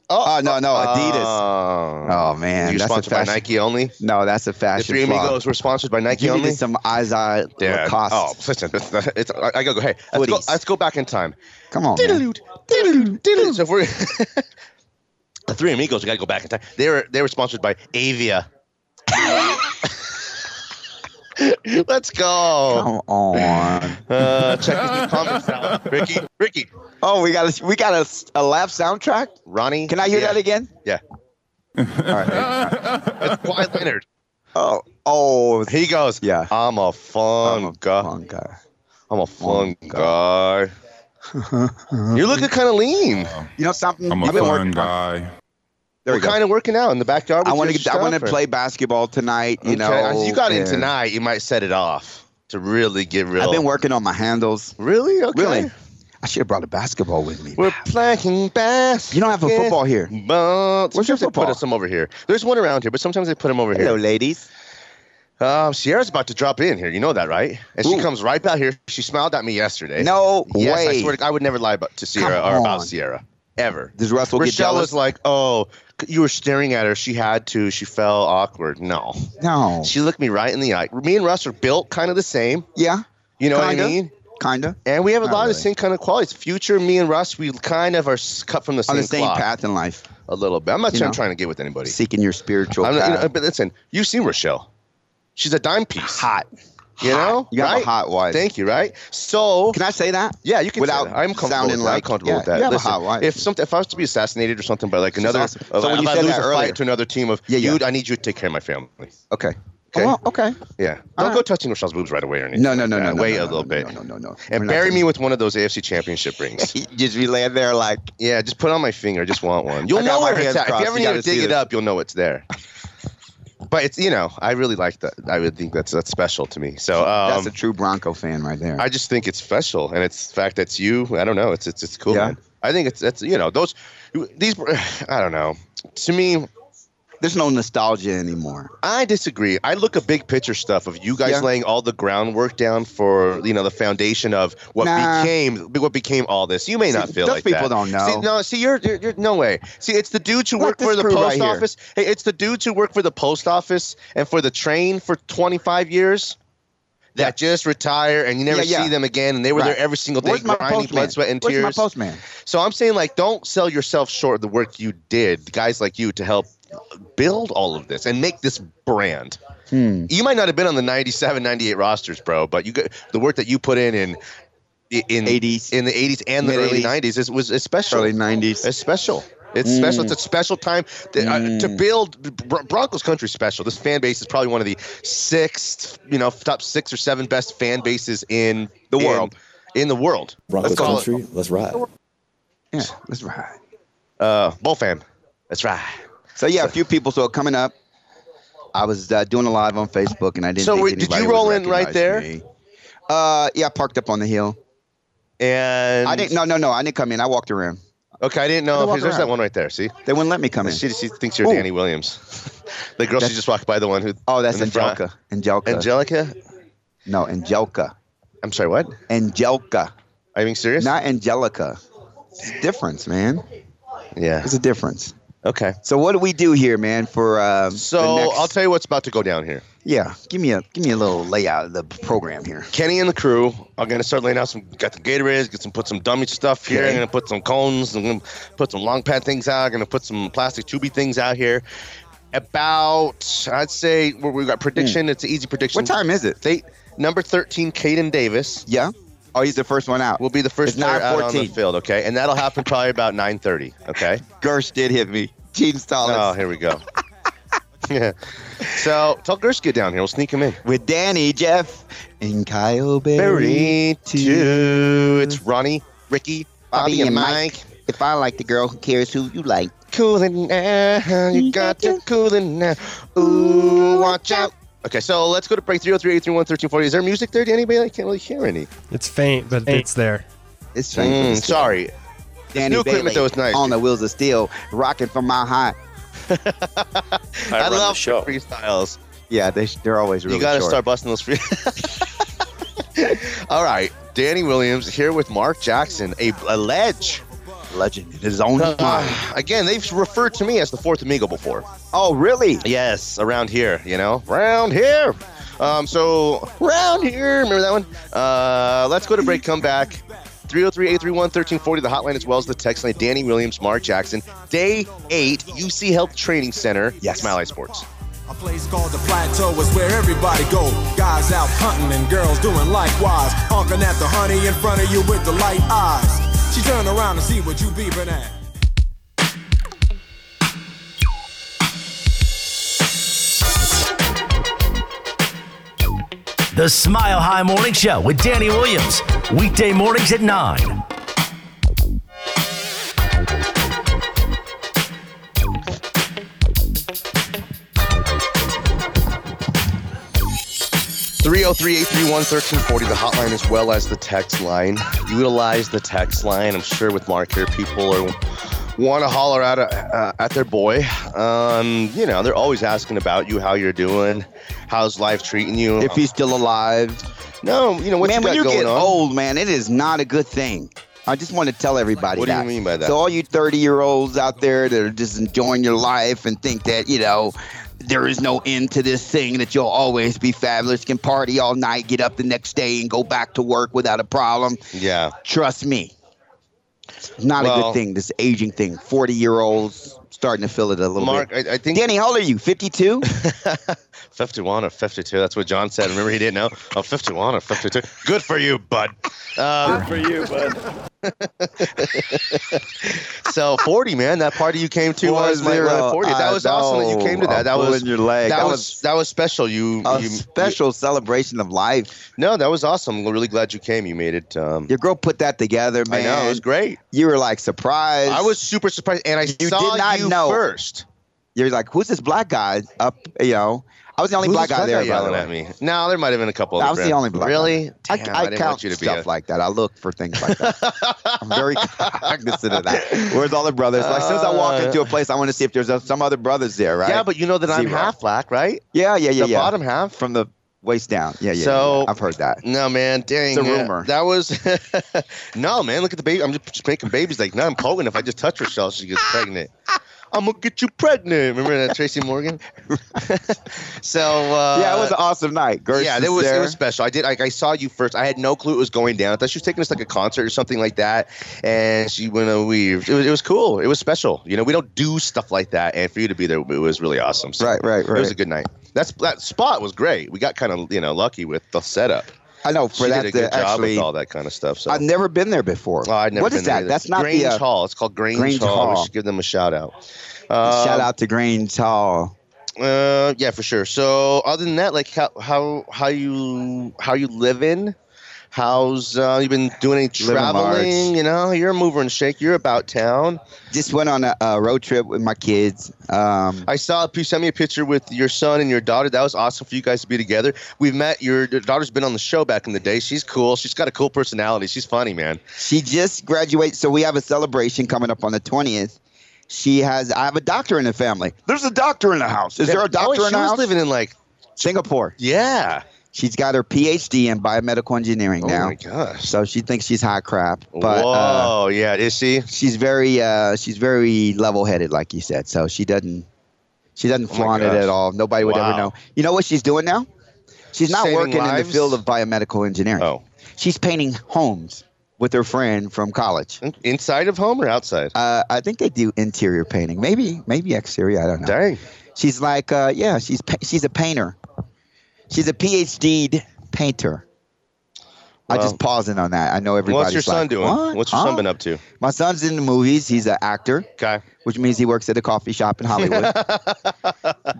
Speaker 6: Oh no, no, Adidas.
Speaker 3: Oh,
Speaker 6: Oh man,
Speaker 3: you're
Speaker 6: that's
Speaker 3: sponsored
Speaker 6: a
Speaker 3: by
Speaker 6: fashion.
Speaker 3: Nike only.
Speaker 6: No, that's a
Speaker 3: The
Speaker 6: fashion
Speaker 3: three
Speaker 6: flaw.
Speaker 3: amigos were sponsored by Nike
Speaker 6: You
Speaker 3: only.
Speaker 6: needed some Izod
Speaker 3: Yeah.
Speaker 6: Lacoste.
Speaker 3: Oh, listen, it's, it's, I, I gotta go. Hey, let's go,
Speaker 6: Hoodies.
Speaker 3: let's go back in time.
Speaker 6: Come on, Oh, man.
Speaker 3: Diddle-doot, diddle-doot, diddle-doot. So if we're the Three Amigos, we gotta go back in time. They were they were sponsored by Avia. Let's go.
Speaker 6: Come on.
Speaker 3: Uh, check the comments out. Ricky, Ricky,
Speaker 6: Oh, we got a, we got a, a laugh soundtrack.
Speaker 3: Ronnie.
Speaker 6: Can I hear
Speaker 3: yeah,
Speaker 6: that again?
Speaker 3: Yeah.
Speaker 6: All right.
Speaker 3: Kawhi Leonard.
Speaker 6: Oh, oh,
Speaker 3: He goes.
Speaker 6: Yeah.
Speaker 3: I'm a fun
Speaker 6: I'm a
Speaker 3: guy.
Speaker 6: fun guy.
Speaker 3: I'm a fun
Speaker 6: fun
Speaker 3: guy. You're looking kind of lean.
Speaker 6: You know something?
Speaker 7: I'm a
Speaker 6: You've been
Speaker 7: fun
Speaker 6: working-
Speaker 7: guy.
Speaker 6: There
Speaker 3: We're
Speaker 6: we go.
Speaker 3: kind of working out in the backyard.
Speaker 6: I
Speaker 3: with
Speaker 6: want
Speaker 3: your
Speaker 6: to I want to
Speaker 3: stuff, or-
Speaker 6: play basketball tonight. You
Speaker 3: Okay,
Speaker 6: know,
Speaker 3: as you got in
Speaker 6: and
Speaker 3: tonight, you might set it off to really get real.
Speaker 6: I've been working on my handles.
Speaker 3: really okay.
Speaker 6: Really, I should have brought a basketball with me.
Speaker 3: We're playing bass.
Speaker 6: You don't have a football here.
Speaker 3: Where's
Speaker 6: Where's your
Speaker 3: They
Speaker 6: football?
Speaker 3: put some over here. There's one around here, but sometimes they put them over
Speaker 6: Hello,
Speaker 3: here.
Speaker 6: ladies.
Speaker 3: Um, Sierra's about to drop in here. You know that, right? And she
Speaker 6: Ooh.
Speaker 3: comes right out here. She smiled at me yesterday.
Speaker 6: No
Speaker 3: yes,
Speaker 6: way.
Speaker 3: I swear to God, I would never lie about to Sierra
Speaker 6: Come
Speaker 3: or about
Speaker 6: on.
Speaker 3: Sierra ever.
Speaker 6: Does Russell get
Speaker 3: Rochelle
Speaker 6: jealous?
Speaker 3: was like, "Oh, you were staring at her. She had to. She felt awkward. No,
Speaker 6: no.
Speaker 3: she looked me right in the eye. Me and Russ are built kind of the same.
Speaker 6: Yeah,
Speaker 3: You know
Speaker 6: Kinda.
Speaker 3: what I mean?
Speaker 6: kinda
Speaker 3: And we have a
Speaker 6: Not
Speaker 3: lot of the
Speaker 6: really.
Speaker 3: same kind of qualities. Future me and Russ, we kind of are s- cut from the same,
Speaker 6: on the same
Speaker 3: cloth
Speaker 6: path in life,
Speaker 3: a little bit. I'm not
Speaker 6: You
Speaker 3: trying,
Speaker 6: know?
Speaker 3: trying to get with anybody.
Speaker 6: seeking your spiritual
Speaker 3: I'm not,
Speaker 6: path.
Speaker 3: you know, but listen, you've seen Rochelle. She's a dime piece.
Speaker 6: hot.
Speaker 3: You
Speaker 6: Hot.
Speaker 3: know,
Speaker 6: you have
Speaker 3: right?
Speaker 6: a hot wife.
Speaker 3: Thank you. Right. So
Speaker 6: Can I say that?
Speaker 3: Yeah, you can
Speaker 6: Without
Speaker 3: say that. I'm comfortable with
Speaker 6: sounding
Speaker 3: that.
Speaker 6: like-
Speaker 3: I'm comfortable
Speaker 6: yeah,
Speaker 3: with that.
Speaker 6: you have a
Speaker 3: Listen,
Speaker 6: hot wife.
Speaker 3: If something, if I was to be assassinated or something by like another,
Speaker 6: awesome.
Speaker 3: uh,
Speaker 6: So when
Speaker 3: if
Speaker 6: you
Speaker 3: I
Speaker 6: said
Speaker 3: lose
Speaker 6: that
Speaker 3: a
Speaker 6: earlier-
Speaker 3: fight to another team of,
Speaker 6: Yeah, yeah.
Speaker 3: dude, I need you to take care of my family.
Speaker 6: Okay.
Speaker 3: Okay.
Speaker 6: Oh, well, okay.
Speaker 3: Yeah,
Speaker 6: All
Speaker 3: don't
Speaker 6: right.
Speaker 3: go touching Rochelle's boobs right away or anything.
Speaker 6: Uh-huh. No, no, no,
Speaker 3: like
Speaker 6: no,
Speaker 3: that.
Speaker 6: no.
Speaker 3: Wait
Speaker 6: no,
Speaker 3: a
Speaker 6: no,
Speaker 3: little
Speaker 6: no,
Speaker 3: bit.
Speaker 6: No, no, no. no.
Speaker 3: And
Speaker 6: We're not
Speaker 3: bury
Speaker 6: gonna-
Speaker 3: me with one of those AFC Championship rings.
Speaker 6: Just be laying there like
Speaker 3: yeah, just put it on my finger. I just want one. You'll
Speaker 6: I got
Speaker 3: know
Speaker 6: my
Speaker 3: where it's
Speaker 6: hands
Speaker 3: at. If
Speaker 6: crossed.
Speaker 3: you ever
Speaker 6: You
Speaker 3: need to
Speaker 6: gotta see
Speaker 3: dig it
Speaker 6: this.
Speaker 3: up, you'll know it's there. But it's you know, I really like that. I would think that's that's special to me. So um,
Speaker 6: that's a true Bronco fan right there.
Speaker 3: I just think it's special, and it's the fact that's you. I don't know. It's it's it's cool.
Speaker 6: Yeah.
Speaker 3: Man. I think it's that's you know those these. I don't know. To me,
Speaker 6: There's no nostalgia anymore.
Speaker 3: I disagree. I look at big picture stuff of you guys
Speaker 6: Yeah.
Speaker 3: laying all the groundwork down for you know the foundation of what
Speaker 6: Nah.
Speaker 3: became what became all this. You may
Speaker 6: See,
Speaker 3: not feel
Speaker 6: those
Speaker 3: like
Speaker 6: people
Speaker 3: that.
Speaker 6: don't know.
Speaker 3: See, no, see, you're, you're, you're no way. See, it's the dudes who
Speaker 6: Look
Speaker 3: work
Speaker 6: this
Speaker 3: for the
Speaker 6: crew
Speaker 3: post
Speaker 6: right here.
Speaker 3: office. Hey, it's the dudes who work for the post office and for the train for 25 years. That just retire and you never
Speaker 6: Yeah, yeah.
Speaker 3: see them again, and they were
Speaker 6: Right.
Speaker 3: there every single day,
Speaker 6: Where's my
Speaker 3: grinding
Speaker 6: postman?
Speaker 3: blood, sweat, and
Speaker 6: Where's
Speaker 3: tears.
Speaker 6: my postman?
Speaker 3: So I'm saying, like, don't sell yourself short of the work you did, guys like you, to help build all of this and make this brand.
Speaker 6: Hmm.
Speaker 3: You might not have been on the 97, 98 rosters, bro, but you got the work that you put in in in
Speaker 6: 80s.
Speaker 3: in the 80s and the
Speaker 6: Mid-
Speaker 3: early
Speaker 6: 80s.
Speaker 3: 90s is, was is special.
Speaker 6: Early '90s.
Speaker 3: It's special. It's special. It's a special time to, uh, to build Bro- Broncos country special. This fan base is probably one of the sixth, you know, top six or seven best fan bases in
Speaker 6: The
Speaker 3: in-
Speaker 6: world.
Speaker 3: In the world,
Speaker 8: Broncos
Speaker 3: Let's call it-
Speaker 8: country, let's ride.
Speaker 6: Yeah, that's right.
Speaker 3: uh, Bull fan. That's right.
Speaker 6: So yeah, a few people. So coming up, I was uh, doing a live on Facebook, and I didn't.
Speaker 3: So
Speaker 6: think
Speaker 3: wait, did
Speaker 6: anybody
Speaker 3: you
Speaker 6: would
Speaker 3: roll in right
Speaker 6: recognize
Speaker 3: there?
Speaker 6: me. Uh, yeah, I parked up on the hill.
Speaker 3: And
Speaker 6: I didn't. No, no, no. I didn't come in. I walked around.
Speaker 3: Okay, I didn't
Speaker 6: I
Speaker 3: know.
Speaker 6: walk
Speaker 3: If, there's that
Speaker 6: around.
Speaker 3: one right there. See,
Speaker 6: They wouldn't let me come in.
Speaker 3: she, she thinks you're
Speaker 6: Ooh.
Speaker 3: Danny Williams. the girl she
Speaker 6: That's-
Speaker 3: just walked by, the one who.
Speaker 6: Oh, that's
Speaker 3: in the front.
Speaker 6: Angelica. Angelica.
Speaker 3: Angelica.
Speaker 6: no, Angelica.
Speaker 3: I'm sorry. What?
Speaker 6: Angelica.
Speaker 3: Are you being serious?
Speaker 6: Not Angelica. It's a difference, man.
Speaker 3: yeah.
Speaker 6: It's a difference.
Speaker 3: Okay.
Speaker 6: So what do we do here, man? For uh,
Speaker 3: So
Speaker 6: the next,
Speaker 3: I'll tell you what's about to go down here.
Speaker 6: yeah, give me a give me a little layout of the program here.
Speaker 3: Kenny and the crew are gonna start laying out some. Got some Gatorades. Get some. Put some dummy stuff here. I'm gonna put some cones. I'm gonna put some long pad things out. I'm gonna put some plastic tubey things out here. About I'd say we we got prediction. It's an easy prediction.
Speaker 6: What time is it?
Speaker 3: They number thirteen, Caden Davis.
Speaker 6: Yeah. Oh, he's the first one out.
Speaker 3: will be the first
Speaker 6: It's
Speaker 3: player out on the
Speaker 6: 9:14.
Speaker 3: field, okay? And that'll happen probably about 9:30, okay?
Speaker 6: Gersh did hit me. Gene Stallings
Speaker 3: Oh, here we go. yeah. So tell Gersh get down here. We'll sneak him in.
Speaker 6: with Danny, Jeff, and Kyle
Speaker 3: Three,
Speaker 6: Berry.
Speaker 3: two. It's Ronnie, Ricky, Bobby, and Mike.
Speaker 6: If I like the girl, who cares who you like?
Speaker 3: Coolin' now, you got to coolin' now. Ooh, watch out. Okay, so let's go to break 303 831 1340. Is there music there? Anybody? I can't really hear any.
Speaker 7: It's faint, but it's there.
Speaker 6: It's
Speaker 3: Mm,
Speaker 6: famous.
Speaker 3: sorry.
Speaker 6: Danny
Speaker 3: new equipment
Speaker 6: Bailey
Speaker 3: though is nice.
Speaker 6: on the wheels of steel, rocking from my high.
Speaker 8: I,
Speaker 3: I,
Speaker 8: run the
Speaker 3: love
Speaker 8: show.
Speaker 3: freestyles.
Speaker 6: Yeah, they, they're always really
Speaker 3: you got to
Speaker 6: short.
Speaker 3: start busting those free. All right, Danny Williams here with Mark Jackson, a, a ledge.
Speaker 6: legend in his own mind.
Speaker 3: Uh, again, they've referred to me as the fourth amigo before.
Speaker 6: Oh, really?
Speaker 3: Yes, around here, you know, round here. Um, so round here, remember that one? Uh, let's go to break. Come back. 303-831-1340, the hotline as well as the text line. Danny Williams, Mark Jackson, Day 8, UC Health Training Center,
Speaker 6: Yes.
Speaker 3: Smiley Sports.
Speaker 9: A place called the Plateau is where everybody go. Guys out hunting and girls doing likewise. Honking at the honey in front of you with the light eyes. She turn around and see what you beeping at.
Speaker 1: The Smile High Morning Show with Danny Williams. Weekday mornings at 9.
Speaker 3: Three zero three eight three one thirteen forty. the hotline as well as the text line. Utilize the text line. I'm sure with Mark here, people are want to holler at uh, at their boy. Um, you know, they're always asking about you, how you're doing, how's life treating you.
Speaker 6: If he's still alive.
Speaker 3: no, you know what
Speaker 6: man,
Speaker 3: you got
Speaker 6: when you
Speaker 3: going
Speaker 6: get
Speaker 3: on.
Speaker 6: old, man, it is not a good thing. I just want to tell everybody
Speaker 3: What do you
Speaker 6: that.
Speaker 3: mean by that?
Speaker 6: So all you 30-year-olds out there that are just enjoying your life and think that, you know, there is no end to this thing that you'll always be fabulous, can party all night, get up the next day and go back to work without a problem.
Speaker 3: yeah,
Speaker 6: Trust me. It's not a
Speaker 3: Well-
Speaker 6: good thing, this aging thing. 40-year-olds starting to feel it a little
Speaker 3: Mark,
Speaker 6: bit.
Speaker 3: I, I think
Speaker 6: Danny, how old are you? 52?
Speaker 3: 51 or 52. That's what John said. Remember, he didn't know. Oh, 51 or 52. Good for you, bud. Um,
Speaker 8: for you, bud.
Speaker 3: so 40, man. That party you came to was my
Speaker 6: Four zero.
Speaker 3: 40. That
Speaker 6: I
Speaker 3: was awesome that
Speaker 6: know.
Speaker 3: you came to that.
Speaker 6: I'm
Speaker 3: that was
Speaker 6: pulling your leg.
Speaker 3: that was that was special. You,
Speaker 6: a
Speaker 3: you-
Speaker 6: special celebration of life.
Speaker 3: you- no, that was awesome. I'm really glad you came. You made it. Um,
Speaker 6: Your girl put that together,
Speaker 3: I
Speaker 6: man.
Speaker 3: know it was great.
Speaker 6: You were like surprised.
Speaker 3: I was super surprised, and I
Speaker 6: You
Speaker 3: saw
Speaker 6: did not
Speaker 3: you
Speaker 6: know.
Speaker 3: first.
Speaker 6: You're like, who's this black guy up? You know, I was the only
Speaker 3: Who's
Speaker 6: black
Speaker 3: this
Speaker 6: guy there. by the
Speaker 3: yelling
Speaker 6: way.
Speaker 3: at me. No, there might have been a couple.
Speaker 6: I
Speaker 3: other
Speaker 6: was the
Speaker 3: friends.
Speaker 6: only black. guy.
Speaker 3: Really?
Speaker 6: I,
Speaker 3: Damn,
Speaker 6: I
Speaker 3: didn't
Speaker 6: count
Speaker 3: want you to be
Speaker 6: stuff
Speaker 3: a-
Speaker 6: like that. I look for things like that. I'm very cognizant of that. Where's all the brothers? Like, as soon as I walk
Speaker 3: Uh,
Speaker 6: into a place, I want to see if there's uh, some other brothers there, right?
Speaker 3: Yeah, but you know that I'm
Speaker 6: Zero.
Speaker 3: half black, right?
Speaker 6: yeah, yeah, yeah,
Speaker 3: the
Speaker 6: yeah.
Speaker 3: bottom half.
Speaker 6: from the waist down. Yeah, yeah. yeah,
Speaker 3: So-
Speaker 6: yeah. I've heard that.
Speaker 3: No, man, dang.
Speaker 6: It's a
Speaker 3: man.
Speaker 6: rumor.
Speaker 3: That was no, man. Look at the baby. I'm just, just making babies like, no, I'm poking. If I just touch her shell, she gets pregnant. I'm gonna get you pregnant. Remember that Tracy Morgan? so uh,
Speaker 6: yeah, it was an awesome night. Gersh
Speaker 3: yeah,
Speaker 6: was
Speaker 3: it was
Speaker 6: there.
Speaker 3: it was special. I did like I saw you first. I had no clue it was going down. I thought she was taking us like a concert or something like that. And she went a weave. It was, it was cool. It was special. You know, we don't do stuff like that. And for you to be there, it was really awesome. So
Speaker 6: Right, right,
Speaker 3: It was
Speaker 6: right.
Speaker 3: a good night. That's that spot was great. We got kind of you know lucky with the setup.
Speaker 6: I know for
Speaker 3: she
Speaker 6: that
Speaker 3: did a
Speaker 6: to
Speaker 3: good job
Speaker 6: actually.
Speaker 3: with all that kind of stuff. So
Speaker 6: I've never been there before.
Speaker 3: Oh, I'd never
Speaker 6: what is
Speaker 3: been there
Speaker 6: that?
Speaker 3: either.
Speaker 6: That's not
Speaker 3: Grange
Speaker 6: the uh,
Speaker 3: Hall. It's called Grange,
Speaker 6: Grange
Speaker 3: Hall. We
Speaker 6: Hall.
Speaker 3: should give them a shout out.
Speaker 6: shout
Speaker 3: Um,
Speaker 6: out to Grange Hall.
Speaker 3: Uh, yeah, for sure. So other than that, like how how how you how you living? How's uh, you been doing any
Speaker 6: Living large.
Speaker 3: traveling? You know, you're a mover and shake. You're about town.
Speaker 6: Just went on a, a road trip with my kids. Um,
Speaker 3: I saw you sent me a picture with your son and your daughter. That was awesome for you guys to be together. We've met. Your daughter's been on the show back in the day. She's cool. She's got a cool personality. She's funny, man.
Speaker 6: she just graduated, so we have a celebration coming up on the twentieth. She has. I have a doctor in the family. There's a doctor in the house. Is there a
Speaker 3: Oh,
Speaker 6: doctor
Speaker 3: she
Speaker 6: in the
Speaker 3: was
Speaker 6: house?
Speaker 3: living in like
Speaker 6: Singapore.
Speaker 3: yeah.
Speaker 6: She's got her PhD in biomedical engineering
Speaker 3: Oh
Speaker 6: now,
Speaker 3: my gosh.
Speaker 6: so she thinks she's high crap. But
Speaker 3: Whoa.
Speaker 6: uh,
Speaker 3: yeah. Is she?
Speaker 6: she's very uh, she's very level headed, like you said. So she doesn't she doesn't
Speaker 3: Oh my
Speaker 6: flaunt it
Speaker 3: gosh.
Speaker 6: at all. Nobody would
Speaker 3: Wow.
Speaker 6: ever know. You know what she's doing now? She's not
Speaker 3: Saving
Speaker 6: working in
Speaker 3: lives?
Speaker 6: the field of biomedical engineering.
Speaker 3: Oh,
Speaker 6: She's painting homes with her friend from college.
Speaker 3: In- inside of home or outside?
Speaker 6: Uh, I think they do interior painting, maybe maybe exterior. I don't know.
Speaker 3: Dang.
Speaker 6: She's like, uh, yeah, she's pa- she's a painter. She's a PhD painter. I
Speaker 3: Well-
Speaker 6: just pausing on that. I know
Speaker 3: What's
Speaker 6: everybody's
Speaker 3: your son
Speaker 6: like,
Speaker 3: doing?
Speaker 6: "What?
Speaker 3: What's your
Speaker 6: Huh?"
Speaker 3: son been up to?
Speaker 6: My son's in the movies. He's an actor.
Speaker 3: Okay.
Speaker 6: which means he works at a coffee shop in Hollywood.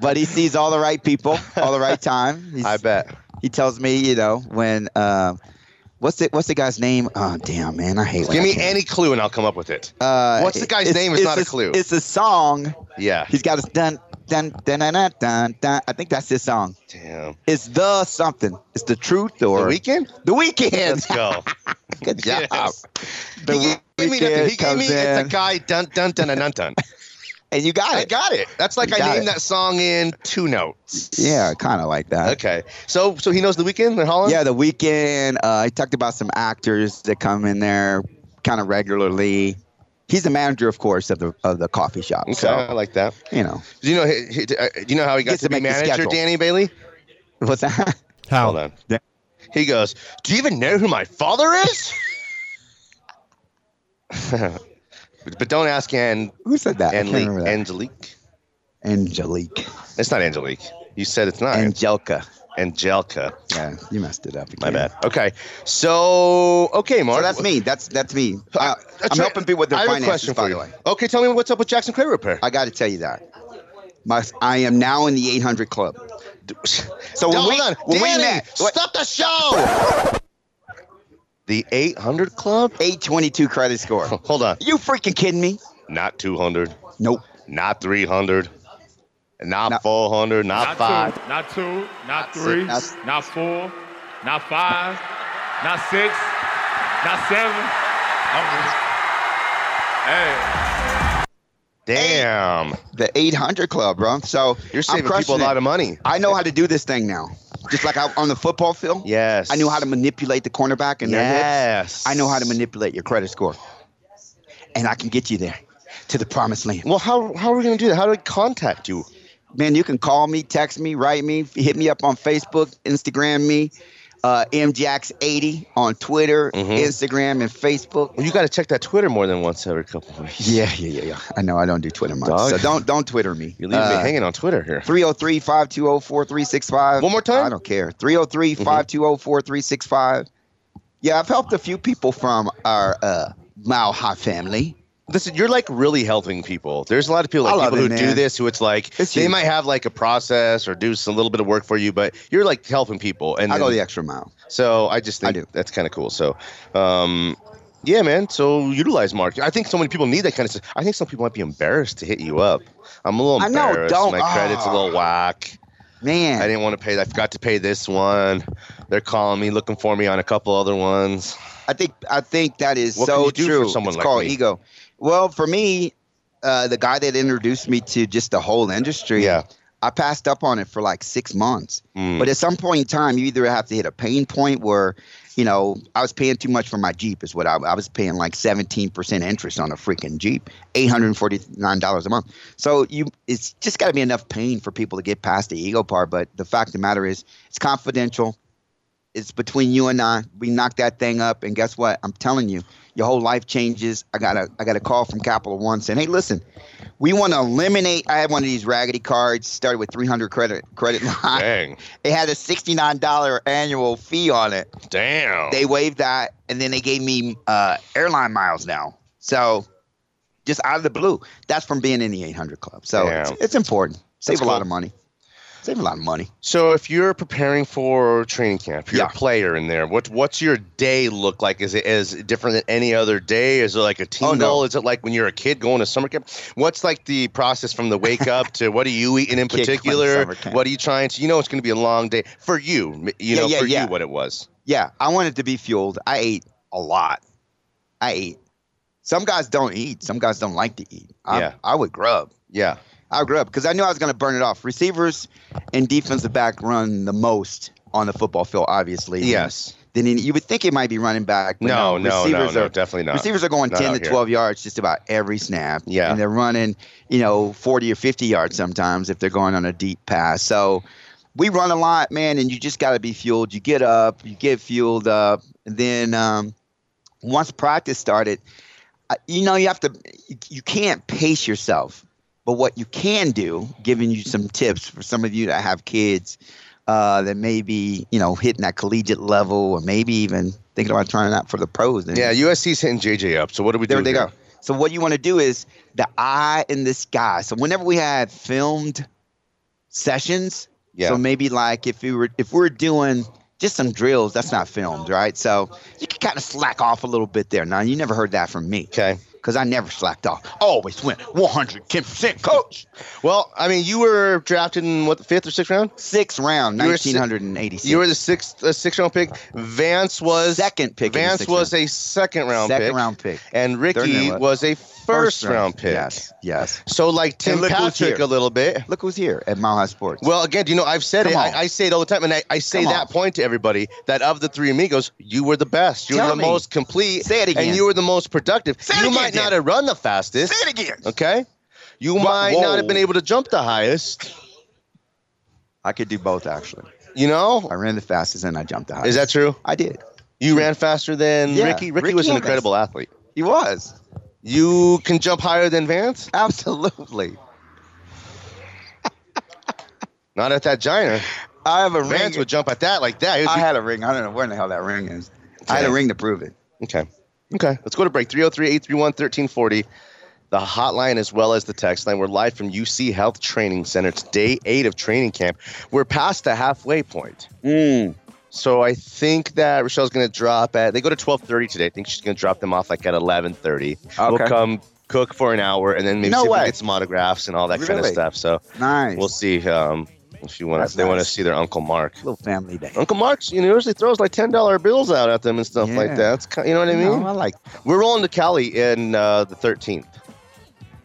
Speaker 6: but he sees all the right people, all the right time. He's-
Speaker 3: I bet.
Speaker 6: He tells me, you know, when um, what's the what's the guy's name? Oh damn, man, I hate. when
Speaker 3: Give
Speaker 6: I
Speaker 3: me
Speaker 6: can't-
Speaker 3: any clue and I'll come up with it.
Speaker 6: Uh,
Speaker 3: what's the guy's name is not a clue.
Speaker 6: It's a song.
Speaker 3: Yeah.
Speaker 6: He's got his dun dun, dun, dun, dun, dun, dun. I think that's his song.
Speaker 3: Damn.
Speaker 6: It's the something. It's the truth or
Speaker 3: The weekend?
Speaker 6: The weekend.
Speaker 3: Let's go.
Speaker 6: Good job.
Speaker 3: Yes. he gave me, nothing.
Speaker 6: Weeknd
Speaker 3: he gave
Speaker 6: comes
Speaker 3: me it's a
Speaker 6: in.
Speaker 3: guy dun dun dun dun dun dun.
Speaker 6: And you got
Speaker 3: I
Speaker 6: it.
Speaker 3: got it. That's like
Speaker 6: You
Speaker 3: I
Speaker 6: got
Speaker 3: named
Speaker 6: it.
Speaker 3: that song in two notes.
Speaker 6: yeah, kind of like that.
Speaker 3: Okay. So so he knows the weekend in Holland?
Speaker 6: Yeah, the weekend. Uh, he talked about some actors that come in there kind of regularly. He's the manager, of course, of the of the coffee shop.
Speaker 3: Okay, I
Speaker 6: So
Speaker 3: like that.
Speaker 6: you know
Speaker 3: Do you know? he- he- uh, Do you know how he got
Speaker 6: Gets
Speaker 3: to
Speaker 6: to
Speaker 3: be
Speaker 6: make the
Speaker 3: manager,
Speaker 6: schedule.
Speaker 3: Danny Bailey?
Speaker 6: what's that?
Speaker 3: Hold
Speaker 7: How?
Speaker 3: on.
Speaker 6: Yeah.
Speaker 3: He goes, "Do you even know who my father is?" but but don't ask Anne,
Speaker 6: Who said that? I can't
Speaker 3: Anli-
Speaker 6: remember that.
Speaker 3: Angelique.
Speaker 6: Angelique,
Speaker 3: It's not Angelique. You said it's not
Speaker 6: Angelka.
Speaker 3: Angelica.
Speaker 6: Yeah, you messed it up.
Speaker 3: My
Speaker 6: again.
Speaker 3: bad. Okay. So okay, Mark.
Speaker 6: So that's me. That's that's me. I,
Speaker 3: That's
Speaker 6: I'm
Speaker 3: right.
Speaker 6: helping people with their
Speaker 3: I have a
Speaker 6: finances.
Speaker 3: question
Speaker 6: by
Speaker 3: for
Speaker 6: the
Speaker 3: you.
Speaker 6: way,
Speaker 3: Okay, tell me what's up with Jackson Credit Repair.
Speaker 6: I got to tell you that. My, I am now in the 800 club. So when
Speaker 3: Hold
Speaker 6: we
Speaker 3: on.
Speaker 6: when
Speaker 3: Danny,
Speaker 6: we met, what-
Speaker 3: stop the show. the 800 Club?
Speaker 6: 822 credit score.
Speaker 3: Hold on.
Speaker 6: you freaking kidding me?
Speaker 3: Not 200.
Speaker 6: Nope.
Speaker 3: not 300, not,
Speaker 6: Not-
Speaker 3: 400, not,
Speaker 10: Not
Speaker 3: five.
Speaker 10: two, not two, not
Speaker 6: si-
Speaker 10: three,
Speaker 6: not-
Speaker 10: not four, not five, not six, not seven. I'm- Hey,
Speaker 3: Damn,
Speaker 6: The 800 club, bro. So
Speaker 3: you're
Speaker 6: I'm
Speaker 3: saving
Speaker 6: crushing
Speaker 3: people a lot
Speaker 6: it.
Speaker 3: of money.
Speaker 6: I know how to do this thing now. Just like I, on the football field.
Speaker 3: Yes,
Speaker 6: I knew how to manipulate the cornerback and their hips.
Speaker 3: Yes,
Speaker 6: I know how to manipulate your credit score. And I can get you there to the promised land.
Speaker 3: Well, how how are we gonna do that? How do we contact you?
Speaker 6: Man, you can call me, text me, write me, hit me up on Facebook, Instagram me, uh, MJax80 on Twitter,
Speaker 3: Mhm.
Speaker 6: Instagram, and Facebook.
Speaker 3: Well, you got to check that Twitter more than once every couple of weeks.
Speaker 6: Yeah, yeah, yeah, yeah. I know I don't do Twitter much.
Speaker 3: Dog.
Speaker 6: So don't don't Twitter me.
Speaker 3: you're leaving
Speaker 6: Uh,
Speaker 3: me hanging on Twitter here.
Speaker 6: 303 520 4365.
Speaker 3: One more time?
Speaker 6: I don't care. 303 520 4365. Yeah, I've helped a few people from our uh, Mile High family.
Speaker 3: Listen, you're like really helping people. There's a lot of people
Speaker 6: I
Speaker 3: like
Speaker 6: love
Speaker 3: people who
Speaker 6: it,
Speaker 3: do
Speaker 6: man.
Speaker 3: this who it's like
Speaker 6: It's
Speaker 3: they
Speaker 6: huge.
Speaker 3: might have like a process or do some little bit of work for you, but you're like helping people. And
Speaker 6: I go
Speaker 3: then-
Speaker 6: the extra mile.
Speaker 3: So I just
Speaker 6: I
Speaker 3: think
Speaker 6: do.
Speaker 3: that's kind of cool. So, um, yeah, man. So utilize Mark. I think so many people need that kind of stuff. I think some people might be embarrassed to hit you up. I'm a little
Speaker 6: I know,
Speaker 3: embarrassed.
Speaker 6: don't-
Speaker 3: My credit's a
Speaker 6: ah.
Speaker 3: little whack.
Speaker 6: Man.
Speaker 3: I didn't want to pay. I forgot to pay this one. They're calling me, looking for me on a couple other ones.
Speaker 6: I think I think that is
Speaker 3: What
Speaker 6: so
Speaker 3: can you do for
Speaker 6: true.
Speaker 3: someone
Speaker 6: it's
Speaker 3: like
Speaker 6: called
Speaker 3: me?
Speaker 6: ego. Well, for me, uh, the guy that introduced me to just the whole industry,
Speaker 3: Yeah.
Speaker 6: I passed up on it for like six months.
Speaker 3: Mm.
Speaker 6: But at some point in time, you either have to hit a pain point where, you know, I was paying too much for my Jeep. Is what I, I was paying like seventeen percent interest on a freaking Jeep, eight hundred and forty nine dollars a month. So you, it's just got to be enough pain for people to get past the ego part. But the fact of the matter is, it's confidential. It's between you and I. We knock that thing up, and guess what? I'm telling you, your whole life changes. I got a I got a call from Capital One saying, "Hey, listen, we want to eliminate." I had one of these raggedy cards, started with 300 credit credit line.
Speaker 3: Dang,
Speaker 6: It had a $69 annual fee on it.
Speaker 3: Oh. damn.
Speaker 6: They waived that, and then they gave me uh, airline miles now. So, just out of the blue, that's from being in the 800 club. So it's,
Speaker 3: Damn.
Speaker 6: it's important. Save
Speaker 3: That's
Speaker 6: a lot
Speaker 3: cool.
Speaker 6: of money. Save a lot of money.
Speaker 3: so if you're preparing for training camp, you're
Speaker 6: Yeah.
Speaker 3: a player in there. What what's your day look like? Is it is it different than any other day? Is it like a team
Speaker 6: Oh, no.
Speaker 3: goal? Is it like when you're a kid going to summer camp? What's like the process from the wake up to what are you eating in
Speaker 6: Kid going to
Speaker 3: particular?
Speaker 6: summer camp.
Speaker 3: What are you trying to? You know, it's going to be a long day for you. m- You
Speaker 6: Yeah,
Speaker 3: know,
Speaker 6: yeah,
Speaker 3: for
Speaker 6: yeah.
Speaker 3: you, what it was.
Speaker 6: Yeah, I wanted to be fueled. I ate a lot. I ate. Some guys don't eat. Some guys don't like to eat. I,
Speaker 3: Yeah.
Speaker 6: I would grub.
Speaker 3: Yeah,
Speaker 6: I grew up because I knew I was going to burn it off. Receivers and defensive back run the most on the football field, obviously.
Speaker 3: Yes.
Speaker 6: Then you would think it might be running back. but
Speaker 3: No, no, no,
Speaker 6: receivers
Speaker 3: no,
Speaker 6: are,
Speaker 3: definitely not.
Speaker 6: Receivers are going
Speaker 3: Not
Speaker 6: 10
Speaker 3: out
Speaker 6: to
Speaker 3: here.
Speaker 6: 12 yards just about every snap.
Speaker 3: Yeah.
Speaker 6: And they're running, you know, 40 or 50 yards sometimes if they're going on a deep pass. So we run a lot, man, and you just got to be fueled. You get up, you get fueled up. And then um, once practice started, I- you know you have to you, you can't pace yourself but what you can do giving you some tips for some of you that have kids uh, that may be you know hitting that collegiate level or maybe even thinking about trying out for the pros and
Speaker 3: yeah. USC's hitting JJ up. So what do we do?
Speaker 6: there they
Speaker 3: here?
Speaker 6: go so what you want to do is the eye in the sky so whenever we had filmed sessions
Speaker 3: Yeah.
Speaker 6: so maybe like if we were if we're doing just some drills that's not filmed right so you can kind of slack off a little bit there now you never heard that from me
Speaker 3: Okay.
Speaker 6: because I never slacked off. Always went 110%, coach.
Speaker 3: Well, I mean, you were drafted in what the fifth or sixth round?
Speaker 6: Sixth round,
Speaker 3: You were si-
Speaker 6: 1986.
Speaker 3: You were the sixth, uh, sixth round pick. Vance was
Speaker 6: second pick. in the
Speaker 3: Vance
Speaker 6: sixth
Speaker 3: was
Speaker 6: round.
Speaker 3: a second round
Speaker 6: second
Speaker 3: pick,
Speaker 6: round pick.
Speaker 3: and Ricky
Speaker 6: round, what?
Speaker 3: was a first, round, pick.
Speaker 6: Yes, yes.
Speaker 3: So like Tim
Speaker 6: And look who's
Speaker 3: Patrick
Speaker 6: here.
Speaker 3: a little bit.
Speaker 6: Look who's here at Mile High Sports.
Speaker 3: Well, again, you know, I've said
Speaker 6: Come
Speaker 3: it.
Speaker 6: on.
Speaker 3: I, I say it all the time, and I, I say
Speaker 6: Come
Speaker 3: that
Speaker 6: on.
Speaker 3: point to everybody that of the three amigos, you were the best. You
Speaker 6: Tell
Speaker 3: were the
Speaker 6: me.
Speaker 3: most complete.
Speaker 6: Say it again.
Speaker 3: And you were the most productive.
Speaker 6: Say it
Speaker 3: you
Speaker 6: again,
Speaker 3: might
Speaker 6: Dan.
Speaker 3: not have run the fastest.
Speaker 6: Say it again.
Speaker 3: Okay. You might
Speaker 6: whoa.
Speaker 3: not have been able to jump the highest.
Speaker 6: I could do both actually.
Speaker 3: You know,
Speaker 6: I ran the fastest and I jumped the highest.
Speaker 3: is that true?
Speaker 6: I did.
Speaker 3: You ran faster than
Speaker 6: Yeah,
Speaker 3: Ricky. Ricky. was
Speaker 6: Ricky
Speaker 3: an
Speaker 6: Evans.
Speaker 3: incredible athlete.
Speaker 6: He was
Speaker 3: You can jump higher than Vance.
Speaker 6: absolutely.
Speaker 3: Not at that giant.
Speaker 6: I have a
Speaker 3: Vance
Speaker 6: ring.
Speaker 3: would jump at that like that. He was-
Speaker 6: I had a ring. I don't know where in the hell that ring is. I had a
Speaker 3: Okay.
Speaker 6: ring to prove it.
Speaker 3: Okay. Okay. Let's go to break 303 831 1340. The hotline as well as the text line. We're live from UC Health Training Center. It's day eight of training camp. We're past the halfway point. Hmm. So I think that Rochelle's going to drop at, they go to 1230 today. I think she's going to drop them off like at 1130.
Speaker 6: Okay.
Speaker 3: We'll come cook for an hour and then maybe
Speaker 6: No
Speaker 3: see if we
Speaker 6: way.
Speaker 3: can get some autographs and all that kind of
Speaker 6: Really?
Speaker 3: stuff. So
Speaker 6: Nice.
Speaker 3: we'll see um, if you want
Speaker 6: That's
Speaker 3: to, they want to
Speaker 6: nice.
Speaker 3: see their Uncle Mark.
Speaker 6: little family day.
Speaker 3: Uncle Mark's you know, usually throws like ten dollar bills out at them and stuff like
Speaker 6: Yeah.
Speaker 3: that. It's ki- you know what I mean?
Speaker 6: No, I like.
Speaker 3: We're rolling to Cali in uh, the 13th.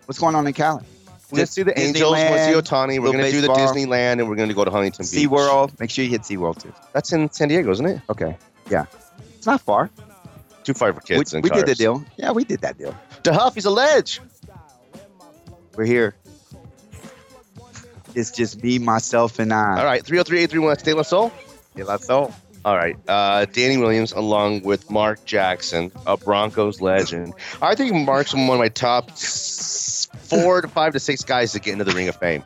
Speaker 6: What's going on in Cali?
Speaker 3: We're gonna see the Angels. We're gonna see Otani. We're
Speaker 6: little
Speaker 3: gonna do the
Speaker 6: baseball.
Speaker 3: Disneyland, and we're gonna go to Huntington Beach.
Speaker 6: SeaWorld. Make sure you hit SeaWorld too.
Speaker 3: That's in San Diego, isn't it?
Speaker 6: Okay. Yeah. It's not far.
Speaker 3: Too far for kids.
Speaker 6: we
Speaker 3: and
Speaker 6: we did the
Speaker 3: cars.
Speaker 6: deal. Yeah, we did that deal.
Speaker 3: To Huff, he's a ledge.
Speaker 6: We're here. It's just me, myself, and I.
Speaker 3: All right, 303-831. That's De La Soul.
Speaker 6: Yeah, that's all.
Speaker 3: All right, uh, Danny Williams, along with Mark Jackson, a Broncos legend. I think Mark's one of my top s- four to five to six guys to get into the Ring of Fame.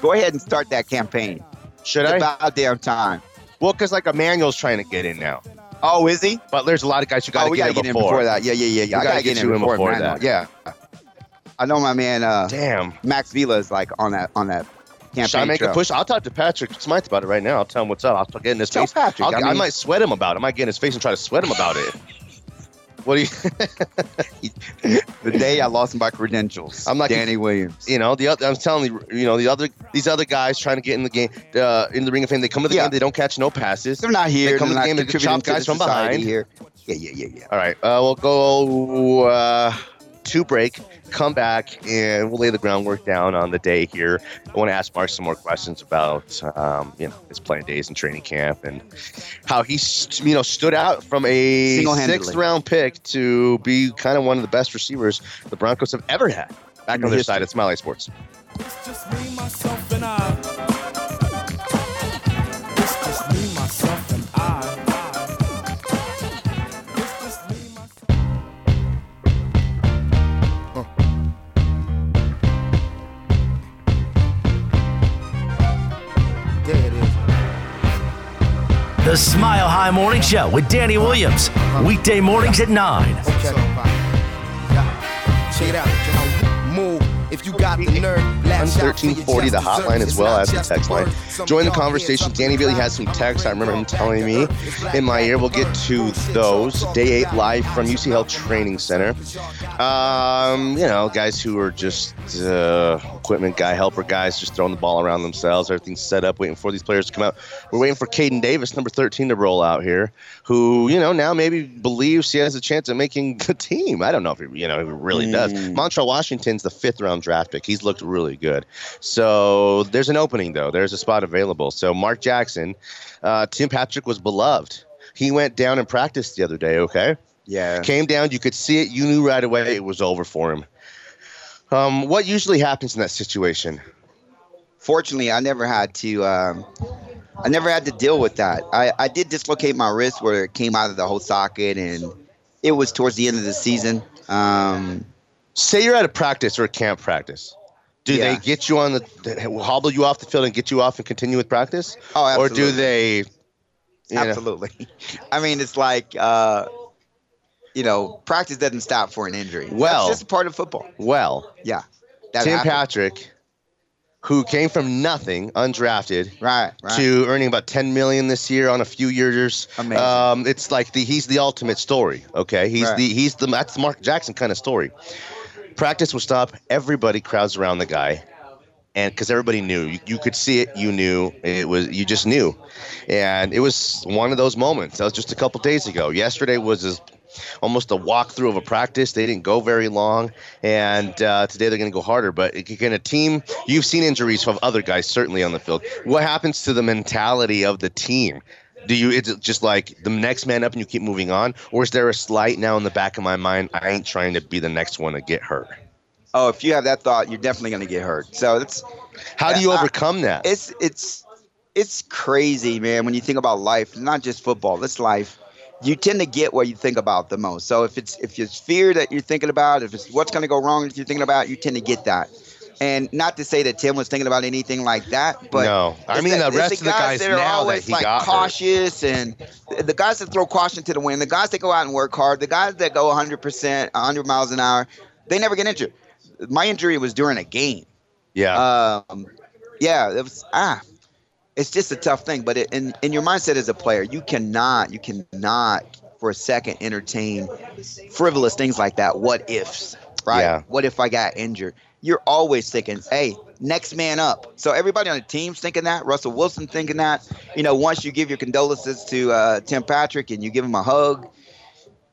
Speaker 6: Go ahead and start that campaign.
Speaker 3: Should
Speaker 6: It's
Speaker 3: I?
Speaker 6: about damn time.
Speaker 3: Well, because like Emmanuel's trying to get in now,
Speaker 6: Oh, is he?
Speaker 3: but there's a lot of guys who got
Speaker 6: oh,
Speaker 3: to
Speaker 6: we
Speaker 3: get,
Speaker 6: gotta
Speaker 3: in
Speaker 6: get in before that. Yeah, yeah, yeah, yeah.
Speaker 3: You
Speaker 6: I gotta get in
Speaker 3: to him
Speaker 6: before,
Speaker 3: before
Speaker 6: Emmanuel.
Speaker 3: that.
Speaker 6: Yeah, I know my man uh,
Speaker 3: Damn.
Speaker 6: Max Vila is like on that on that campaign
Speaker 3: Should I make
Speaker 6: trail.
Speaker 3: a push? I'll talk to Patrick Smythe about it right now. I'll tell him what's up. I'll get in his
Speaker 6: Tell
Speaker 3: face.
Speaker 6: Patrick,
Speaker 3: I'll-
Speaker 6: I
Speaker 3: i
Speaker 6: mean-
Speaker 3: might sweat him about it. I might get in his face and try to sweat him about it. What do you,
Speaker 6: The day I lost my credentials.
Speaker 3: I'm like-
Speaker 6: Danny Williams.
Speaker 3: you know, the other, I'm telling you, you know, the other, these other guys trying to get in the game, uh, in the ring of fame, they come to the
Speaker 6: Yeah.
Speaker 3: game, they don't catch no passes.
Speaker 6: They're not here.
Speaker 3: They come to
Speaker 6: they're
Speaker 3: the
Speaker 6: not
Speaker 3: game and
Speaker 6: contributing
Speaker 3: chop
Speaker 6: to the
Speaker 3: guys from behind.
Speaker 6: society here. Yeah, yeah, yeah, yeah.
Speaker 3: All right, uh, we'll go uh, to break, come back, and we'll lay the groundwork down on the day here. I want to ask Mark some more questions about um, you know his playing days in training camp and how he st- you know stood out from a
Speaker 6: Single-handedly.
Speaker 3: sixth round pick to be kind of one of the best receivers the Broncos have ever had. Back on their side, it's Smiley Sports.
Speaker 9: It's just me, myself, and I. It's just me, myself, and I. It's just me, myself.
Speaker 2: There it is.
Speaker 1: The Smile High Morning Show with Danny Williams. Weekday mornings at 9.
Speaker 2: Okay. Yeah. Check it out. Move if you got the nerve.
Speaker 3: On
Speaker 2: Lash out for your
Speaker 3: 1340, the
Speaker 2: just
Speaker 3: hotline
Speaker 2: desserts.
Speaker 3: as
Speaker 2: It's
Speaker 3: well
Speaker 2: not
Speaker 3: as the
Speaker 2: just
Speaker 3: text
Speaker 2: a
Speaker 3: line.
Speaker 2: bird. Some
Speaker 3: Join the
Speaker 2: dog heads
Speaker 3: conversation.
Speaker 2: up
Speaker 3: Danny
Speaker 2: in
Speaker 3: Billy
Speaker 2: cloud.
Speaker 3: has some
Speaker 2: I'm a
Speaker 3: texts. I
Speaker 2: great
Speaker 3: remember him
Speaker 2: dog, back
Speaker 3: telling
Speaker 2: to
Speaker 3: me
Speaker 2: earth. It's black
Speaker 3: in my
Speaker 2: dog,
Speaker 3: ear. We'll get
Speaker 2: bird.
Speaker 3: to
Speaker 2: Bullshit,
Speaker 3: those.
Speaker 2: y'all
Speaker 3: Day 8
Speaker 2: talking
Speaker 3: live
Speaker 2: about.
Speaker 3: from UC Health Training Center. Um, you know, guys who are just uh, equipment guy, helper guys, just throwing the ball around themselves. Everything's set up, waiting for these players to come out. We're waiting for Caden Davis, number 13, to roll out here, who, you know, now maybe believes he has a chance at making the team. I don't know if he, you know, he really does. Montreal Washington's the fifth round draft pick. He's looked really good. So there's an opening, though. There's a spot available. So Mark Jackson, uh, Tim Patrick was beloved. He went down and practiced the other day, okay?
Speaker 6: Yeah.
Speaker 3: came down. You could see it. You knew right away it was over for him. Um, what usually happens in that situation?
Speaker 6: fortunately i never had to um, i never had to deal with that I, I did dislocate my wrist where it came out of the whole socket and it was towards the end of the season um,
Speaker 3: Say you're at a practice or a camp practice. Do
Speaker 6: Yeah.
Speaker 3: they get you on the they hobble you off the field and get you off and continue with practice,
Speaker 6: oh absolutely.
Speaker 3: or do they? you know-
Speaker 6: absolutely i mean it's like uh, you know practice doesn't stop for an injury
Speaker 3: Well-
Speaker 6: it's just a part of football
Speaker 3: Well,
Speaker 6: yeah that
Speaker 3: Tim
Speaker 6: happened.
Speaker 3: Patrick who came from nothing, undrafted,
Speaker 6: Right, right.
Speaker 3: to earning about 10 million this year on a few years.
Speaker 6: Amazing.
Speaker 3: Um, it's like the he's the ultimate story. Okay, he's
Speaker 6: Right.
Speaker 3: the he's the that's Mark Jackson kind of story. Practice would stop. Everybody crowds around the guy, and because everybody knew, you, you could see it. You knew it was. You just knew, and it was one of those moments. That was just a couple days ago. Yesterday was his. Almost a walkthrough of a practice. They didn't go very long, and uh, today they're going to go harder. But it- can a team? You've seen injuries from other guys certainly on the field. What happens to the mentality of the team? Do you? Is it just like the next man up and you keep moving on, or is there a slight now in the back of my mind? I ain't trying to be the next one to get hurt.
Speaker 6: Oh, if you have that thought, you're definitely going to get hurt. So it's
Speaker 3: How do you
Speaker 6: Yeah, I-
Speaker 3: overcome that?
Speaker 6: it's it's it's crazy, man. When you think about life, not just football, it's life. You tend to get what you think about the most. So if it's if it's fear that you're thinking about, if it's what's going to go wrong that you're thinking about, you tend to get that. And not to say that Tim was thinking about anything like that, but
Speaker 3: No. I
Speaker 6: it's
Speaker 3: mean the
Speaker 6: it's
Speaker 3: rest of the guys
Speaker 6: that are
Speaker 3: now that
Speaker 6: always
Speaker 3: he
Speaker 6: like
Speaker 3: got hurt.
Speaker 6: cautious and th- the guys that throw caution to the wind, the guys that go out and work hard, the guys that go 100%, 100 miles an hour, they never get injured. My injury was during a game
Speaker 3: yeah.
Speaker 6: um, yeah, it was ah, it's just a tough thing. But it, in in your mindset as a player, you cannot, you cannot for a second entertain frivolous things like that. What ifs, right?
Speaker 3: Yeah.
Speaker 6: What if I got injured? You're always thinking, hey, next man up. So everybody on the team's thinking that. Russell Wilson thinking that. You know, once you give your condolences to uh, Tim Patrick and you give him a hug,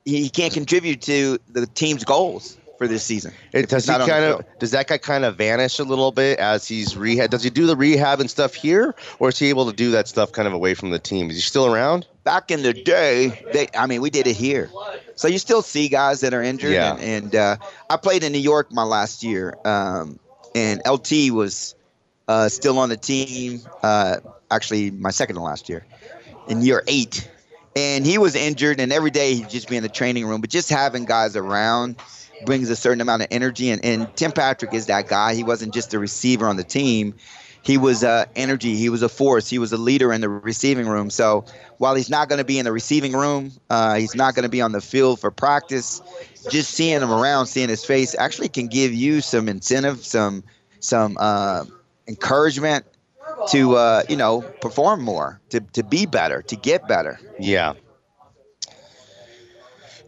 Speaker 6: he, he can't contribute to the team's goals for this season.
Speaker 3: It,
Speaker 6: if
Speaker 3: does he
Speaker 6: he's not on the
Speaker 3: kind
Speaker 6: field.
Speaker 3: of does that guy kind of vanish a little bit as he's rehab? Does he do the rehab and stuff here, or is he able to do that stuff kind of away from the team? Is he still around?
Speaker 6: back in the day, they I mean, we did it here. So you still see guys that are injured.
Speaker 3: Yeah.
Speaker 6: And, and uh, I played in New York my last year, um, and LT was uh, still on the team. Uh, actually, my second to last year, in year eight, and he was injured. And every day he'd just be in the training room. But just having guys around brings a certain amount of energy. And, and Tim Patrick is that guy. He wasn't just a receiver on the team. He was uh, energy. He was a force. He was a leader in the receiving room. So while he's not going to be in the receiving room, uh, he's not going to be on the field for practice. Just seeing him around, seeing his face, actually can give you some incentive, some some uh, encouragement to uh, you know perform more, to to be better, to get better.
Speaker 3: Yeah.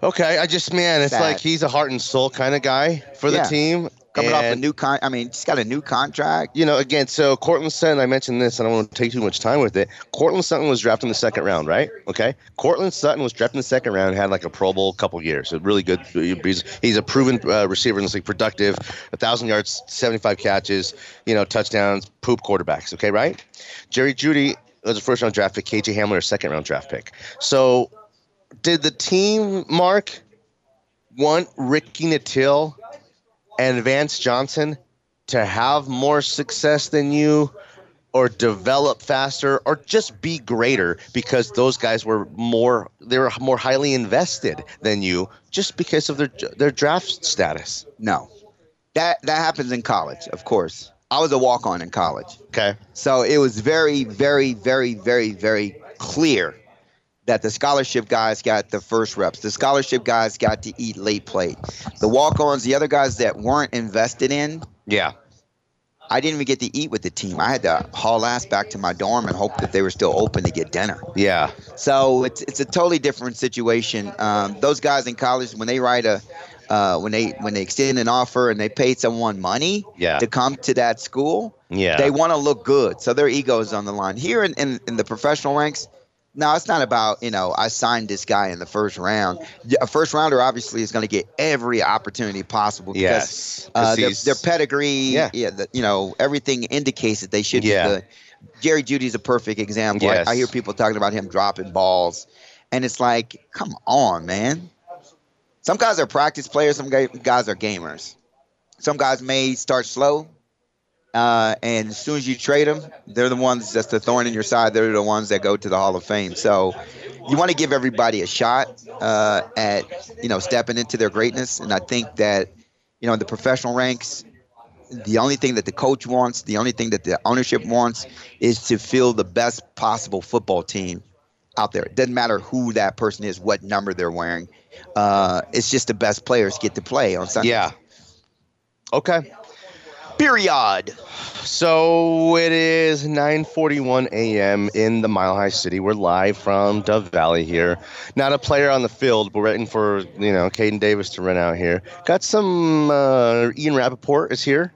Speaker 3: Okay, I just man, it's
Speaker 6: Sad.
Speaker 3: like he's a heart and soul kind of guy for the
Speaker 6: Yeah.
Speaker 3: team.
Speaker 6: Coming off a
Speaker 3: and-
Speaker 6: new con, I mean, just got a new contract.
Speaker 3: you know, again, so Cortland Sutton, I mentioned this, and I don't want to take too much time with it. Cortland Sutton was drafted in the second round, right? Okay. Cortland Sutton was drafted in the second round, had like a Pro Bowl couple years. A really good. He's, he's a proven uh, receiver in this league, productive, 1,000 yards, 75 catches, you know, touchdowns, poop quarterbacks, okay, right? Jerry Judy was a first round draft pick, KJ Hamler, a second round draft pick. So did the team, Mark, want Ricky Natil and Vance Johnson? to have more success than you or develop faster or just be greater because those guys were more they were more highly invested than you just because of their their draft status
Speaker 6: No, that that happens in college, of course. I was a walk on in college.
Speaker 3: okay
Speaker 6: So it was very, very, very, very, very clear that the scholarship guys got the first reps. The scholarship guys got to eat late plate. The walk ons, the other guys that weren't invested in,
Speaker 3: yeah
Speaker 6: I didn't even get to eat with the team. I had to haul ass back to my dorm and hope that they were still open to get dinner.
Speaker 3: yeah
Speaker 6: So it's it's a totally different situation. Um, those guys in college, when they write a, uh, when they when they extend an offer and they paid someone money
Speaker 3: Yeah.
Speaker 6: to come to that school,
Speaker 3: yeah
Speaker 6: they want to look good, so their ego is on the line. Here in, in, in the professional ranks, no, it's not about you know I signed this guy in the first round. Yeah, A first rounder obviously is going to get every opportunity possible. because,
Speaker 3: yes
Speaker 6: uh,
Speaker 3: 'Cause
Speaker 6: their,
Speaker 3: he's-
Speaker 6: their pedigree,
Speaker 3: Yeah.
Speaker 6: yeah, the, you know, everything indicates that they should
Speaker 3: Yeah.
Speaker 6: be good. Jerry Judy's a perfect example.
Speaker 3: Yes.
Speaker 6: I, I hear people talking about him dropping balls, and it's like, come on, man. Some guys are practice players. Some guy- guys are gamers. Some guys may start slow, uh, and as soon as you trade them, they're the ones that's the thorn in your side. They're the ones that go to the Hall of Fame. So you want to give everybody a shot uh, at you know stepping into their greatness. And I think that you know in the professional ranks, the only thing that the coach wants, the only thing that the ownership wants, is to field the best possible football team out there. It doesn't matter who that person is, what number they're wearing. Uh, it's just the best players get to play on Sunday.
Speaker 3: yeah okay
Speaker 6: Period.
Speaker 3: So it is 9:41 a.m. in the Mile High City. We're live from Dove Valley here. Not a player on the field, but waiting for you know Caden Davis to run out here. Got some uh, Ian Rappaport is here.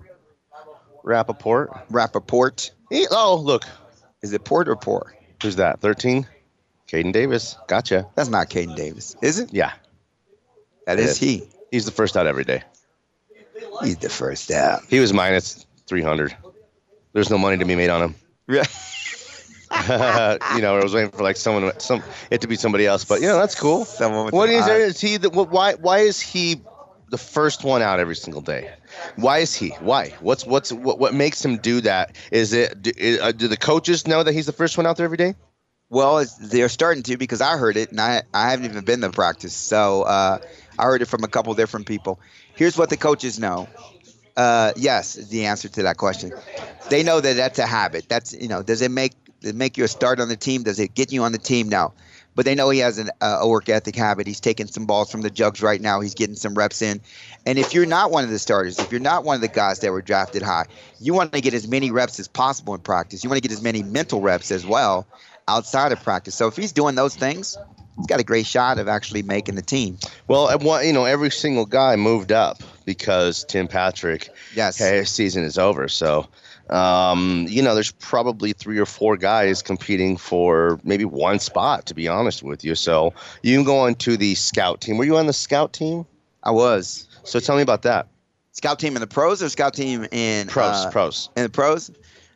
Speaker 3: Rappaport.
Speaker 6: Rappaport.
Speaker 3: He- oh look,
Speaker 6: Is it port or poor?
Speaker 3: who's that? 13. Caden Davis. Gotcha.
Speaker 6: That's not Caden Davis, is it?
Speaker 3: Yeah,
Speaker 6: That
Speaker 3: It
Speaker 6: is
Speaker 3: is.
Speaker 6: he.
Speaker 3: he's the first out every day.
Speaker 6: He's the first out.
Speaker 3: He was minus 300. There's no money to be made on him. you know, I was waiting for like someone, some it to be somebody else, but you know that's cool.
Speaker 6: Someone with
Speaker 3: What
Speaker 6: an
Speaker 3: is
Speaker 6: eye.
Speaker 3: there? Is he the, wh- why? Why is he the first one out every single day? Why is he? Why? What's what's what? What makes him do that? Is it? Do, uh, do the coaches know that he's the first one out there every day?
Speaker 6: Well, it's, they're starting to because I heard it, and I, I haven't even been to practice. So uh, I heard it from a couple different people. Here's what the coaches know. Uh, yes, is the answer to that question. They know that that's a habit. That's you know, does it make does it make you a start on the team? Does it get you on the team? No, but they know he has an, uh, a work ethic habit. He's taking some balls from the jugs right now. He's getting some reps in, and if you're not one of the starters, if you're not one of the guys that were drafted high, you want to get as many reps as possible in practice. You want to get as many mental reps as well outside of practice. So if he's doing those things, he's got a great shot of actually making the team.
Speaker 3: Well, I want you know every single guy moved up because Tim Patrick
Speaker 6: Yes.
Speaker 3: Hey, his season is over. So, um, you know, there's probably three or four guys competing for maybe one spot, to be honest with you. So, you can go on to the scout team. Were you on the scout team?
Speaker 6: I was.
Speaker 3: So, tell me about that.
Speaker 6: Scout team in the pros or scout team in
Speaker 3: Pros,
Speaker 6: uh,
Speaker 3: pros.
Speaker 6: in the pros.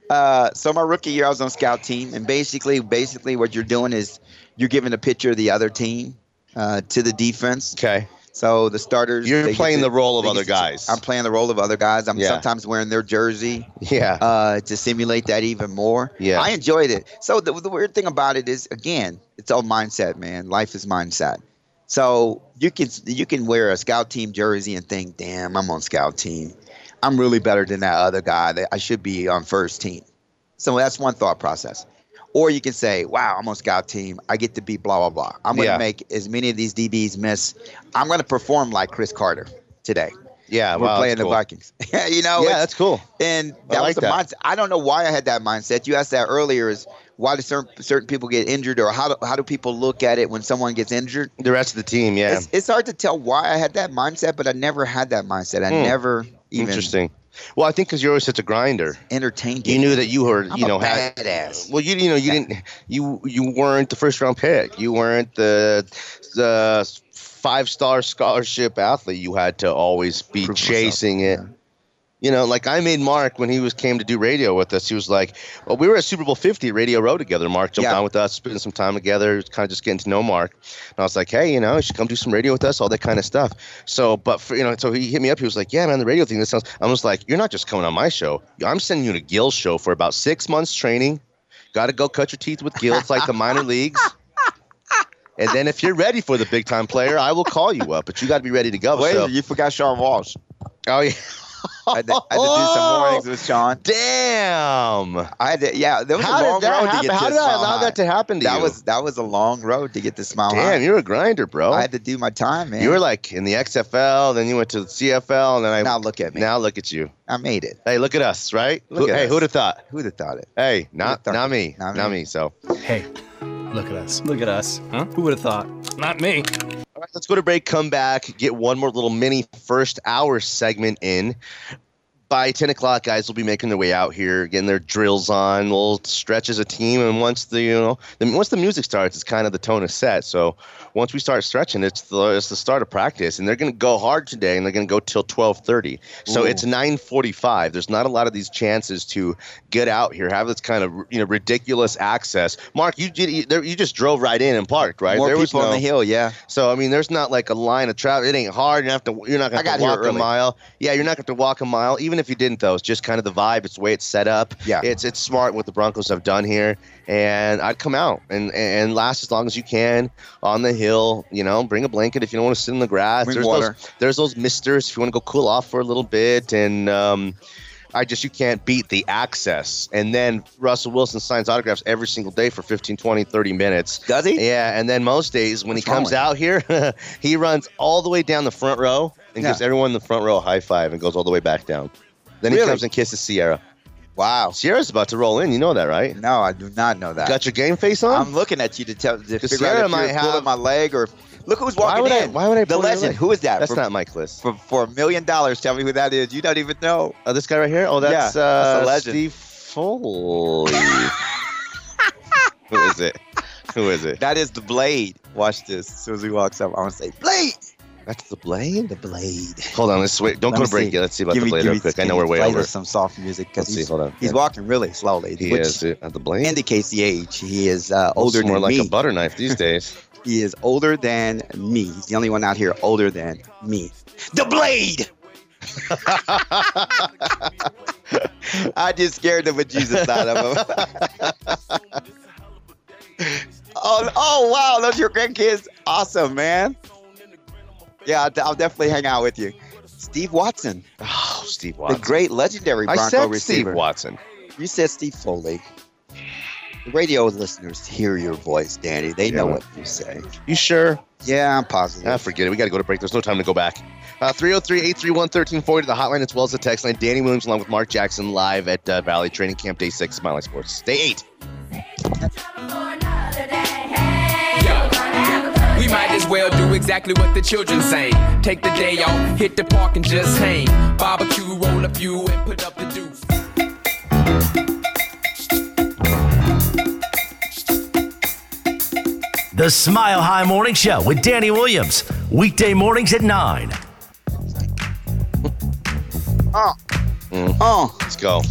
Speaker 6: Uh, so my rookie year, I was on scout team, and basically, basically, what you're doing is you're giving a picture of the other team uh, to the defense.
Speaker 3: Okay.
Speaker 6: So the starters.
Speaker 3: You're
Speaker 6: they get
Speaker 3: playing
Speaker 6: to-
Speaker 3: the role of
Speaker 6: they
Speaker 3: other
Speaker 6: get to-
Speaker 3: guys.
Speaker 6: I'm playing the role of other guys. I'm
Speaker 3: Yeah.
Speaker 6: sometimes wearing their jersey.
Speaker 3: Yeah.
Speaker 6: uh, to simulate that even more.
Speaker 3: Yeah.
Speaker 6: I enjoyed it. So the, the weird thing about it is, again, it's all mindset, man. Life is mindset. So you can you can wear a scout team jersey and think, damn, I'm on scout team. I'm really better than that other guy. That I should be on first team. So that's one thought process. Or you can say, wow, I'm on scout team. I get to be blah, blah, blah. I'm going to
Speaker 3: Yeah.
Speaker 6: make as many of these DBs miss. I'm going to perform like Chris Carter today.
Speaker 3: yeah.
Speaker 6: We're
Speaker 3: Oh, wow,
Speaker 6: playing
Speaker 3: that's
Speaker 6: the
Speaker 3: cool.
Speaker 6: Vikings. you know,
Speaker 3: yeah,
Speaker 6: it's-
Speaker 3: that's cool.
Speaker 6: and
Speaker 3: I
Speaker 6: that
Speaker 3: like
Speaker 6: was the
Speaker 3: that.
Speaker 6: mindset. I don't know why I had that mindset. You asked that earlier is why do certain, certain people get injured or how do, how do people look at it when someone gets injured?
Speaker 3: The rest of the team, yeah.
Speaker 6: It's, it's hard to tell why I had that mindset, but I never had that mindset. I
Speaker 3: Hmm.
Speaker 6: never even
Speaker 3: Interesting. Well, I think because you're always such a grinder.
Speaker 6: entertained it.
Speaker 3: You knew that you were,
Speaker 6: I'm
Speaker 3: you
Speaker 6: a
Speaker 3: know, had
Speaker 6: badass.
Speaker 3: Well, you you know you didn't you you weren't the first round pick. You weren't the the five star scholarship athlete. You had to always be
Speaker 6: Prove myself,
Speaker 3: chasing it. You know, like I made Mark when he was came to do radio with us. He was like, "Well, we were at Super Bowl Fifty Radio Row together. Mark jumped
Speaker 6: Yeah.
Speaker 3: on with us, spent some time together, kind of just getting to know Mark." And I was like, "Hey, you know, you should come do some radio with us, all that kind of stuff." So, but for, you know, so he hit me up. He was like, "Yeah, man, the radio thing. This sounds." I was like, "You're not just coming on my show. I'm sending you to Gill's show for about six months training. Got to go cut your teeth with Gil. It's like the minor leagues." And then, if you're ready for the big time player, I will call you up. But you got to be ready to go.
Speaker 5: Wait,
Speaker 3: so,
Speaker 5: you forgot Sean Walsh.
Speaker 3: oh yeah,
Speaker 6: I had, to, I had to do
Speaker 3: Oh!
Speaker 6: some mornings with Sean.
Speaker 3: damn.
Speaker 6: I had to, yeah, there was
Speaker 3: How
Speaker 6: a long
Speaker 3: did that
Speaker 6: road to
Speaker 3: happen?
Speaker 6: get
Speaker 3: How
Speaker 6: to
Speaker 3: did I
Speaker 6: Smile
Speaker 3: allow
Speaker 6: High.
Speaker 3: that to happen to
Speaker 6: That
Speaker 3: you?
Speaker 6: was that was a long road to get to smile
Speaker 3: damn.
Speaker 6: high.
Speaker 3: You're a grinder, bro.
Speaker 6: I had to do my time, man.
Speaker 3: you were like in the XFL, then you went to the CFL, and then I
Speaker 6: now look at me.
Speaker 3: now look at you.
Speaker 6: I made it.
Speaker 3: Hey, look at us, right?
Speaker 6: Look
Speaker 3: Who-
Speaker 6: at
Speaker 3: hey,
Speaker 6: us.
Speaker 3: who'd have thought?
Speaker 6: Who'd have thought it?
Speaker 3: Hey, not
Speaker 6: thought?
Speaker 3: not me,
Speaker 6: Not
Speaker 3: not,
Speaker 6: me.
Speaker 3: me. So, all
Speaker 7: Hey, look at us.
Speaker 11: Look at us. Huh? Who would have thought? Not me.
Speaker 3: right, let's go to break. Come back, get one more little mini first hour segment in. By ten o'clock, guys will be making their way out here, getting their drills on, little stretch as a team. And once the you know, the, once the music starts, it's kind of the tone is set. So once we start stretching, it's the it's the start of practice, and they're going to go hard today, and they're going to go till twelve thirty. So
Speaker 6: Ooh.
Speaker 3: it's nine forty five. There's not a lot of these chances to get out here, have this kind of you know ridiculous access. Mark, you did you, there- you just drove right in and parked, right?
Speaker 6: More
Speaker 3: there was
Speaker 6: people on
Speaker 3: no-
Speaker 6: the hill, yeah.
Speaker 3: So I mean, there's not like a line of travel. It ain't hard. You don't have to. You're not gonna
Speaker 6: I
Speaker 3: have to
Speaker 6: got here
Speaker 3: walk a
Speaker 6: early.
Speaker 3: mile. Yeah, you're not gonna have to walk a mile. Even if you didn't, though, it's just kind of the vibe. It's the way it's set up.
Speaker 6: Yeah.
Speaker 3: it's it's smart what the Broncos have done here. And I'd come out and and last as long as you can on the hill. You know, bring a blanket if you don't want to sit in the grass.
Speaker 6: Bring
Speaker 3: there's
Speaker 6: water.
Speaker 3: those there's those misters if you want to go cool off for a little bit. And um, I just you can't beat the access. And then Russell Wilson signs autographs every single day for 15, 20, 30 minutes.
Speaker 6: Does he?
Speaker 3: Yeah, and then most days when
Speaker 6: What's
Speaker 3: he
Speaker 6: wrong
Speaker 3: comes
Speaker 6: with
Speaker 3: out here, he runs all the way down the front row and
Speaker 6: Yeah.
Speaker 3: gives everyone in the front row a high five and goes all the way back down. Then he
Speaker 6: Really?
Speaker 3: comes and kisses Sierra. Wow. Sierra's about to roll in. You know that, right?
Speaker 6: No, I do not know that.
Speaker 3: Got your game face on?
Speaker 6: I'm looking at you to tell to figure
Speaker 3: Sierra
Speaker 6: out if
Speaker 3: might
Speaker 6: you're
Speaker 3: have-
Speaker 6: pulling my leg or look who's walking
Speaker 3: why would I?
Speaker 6: in.
Speaker 3: Why would I?
Speaker 6: the
Speaker 3: pull your
Speaker 6: legend?
Speaker 3: leg?
Speaker 6: Who is that?
Speaker 3: That's
Speaker 6: for,
Speaker 3: not Mike List.
Speaker 6: for, for a million dollars. Tell me who that is. You don't even know.
Speaker 3: Oh, this guy right here. Oh, that's
Speaker 6: Yeah,
Speaker 3: uh,
Speaker 6: that's a legend.
Speaker 3: Steve Foley. Who is it? Who is it?
Speaker 6: That is the blade. Watch this. As soon as he walks up, I'm gonna say blade.
Speaker 3: That's the blade.
Speaker 6: The blade.
Speaker 3: Hold on, let's wait. Don't
Speaker 6: Let
Speaker 3: go
Speaker 6: me
Speaker 3: to break
Speaker 6: see.
Speaker 3: yet. Let's see about
Speaker 6: Give
Speaker 3: the
Speaker 6: me-
Speaker 3: blade
Speaker 6: give
Speaker 3: real
Speaker 6: me-
Speaker 3: quick. I
Speaker 6: give
Speaker 3: know
Speaker 6: me
Speaker 3: we're way
Speaker 6: play this
Speaker 3: over.
Speaker 6: Some soft music because
Speaker 3: Let's see.
Speaker 6: he's,
Speaker 3: Hold on.
Speaker 6: he's walking really slowly,
Speaker 3: He
Speaker 6: which
Speaker 3: is at the blade.
Speaker 6: indicates the age. He is uh,
Speaker 3: Looks
Speaker 6: older
Speaker 3: more
Speaker 6: than
Speaker 3: like
Speaker 6: me.
Speaker 3: a butter knife these days.
Speaker 6: He is older than me. He's the only one out here older than me. The blade. I just scared the bejesus out of him. oh, oh wow, those are your grandkids. Awesome, man. Yeah, I'll, I'll definitely hang out with you. Steve Watson,
Speaker 3: oh, Steve
Speaker 6: the
Speaker 3: Watson.
Speaker 6: great legendary
Speaker 3: I
Speaker 6: Bronco
Speaker 3: said
Speaker 6: receiver.
Speaker 3: Steve Watson.
Speaker 6: You said Steve Foley. The radio listeners hear your voice, Danny. They know
Speaker 3: Yeah.
Speaker 6: what you say.
Speaker 3: You sure?
Speaker 6: Yeah, I'm positive.
Speaker 3: Ah, forget it. We got to go to break. There's no time to go back. Uh, 303 831 1340 the hotline as well as the text line. Danny Williams along with Mark Jackson live at uh, Valley Training Camp Day 6, My Life Sports. Day 8.
Speaker 12: We might as well do exactly what the children say. Take the day off, hit the park and just hang. Barbecue, roll a few, and put up the deuce.
Speaker 1: The Smile High Morning Show with Danny Williams. Weekday mornings at 9.
Speaker 6: Oh,
Speaker 3: Mm.
Speaker 6: oh,
Speaker 3: Let's go.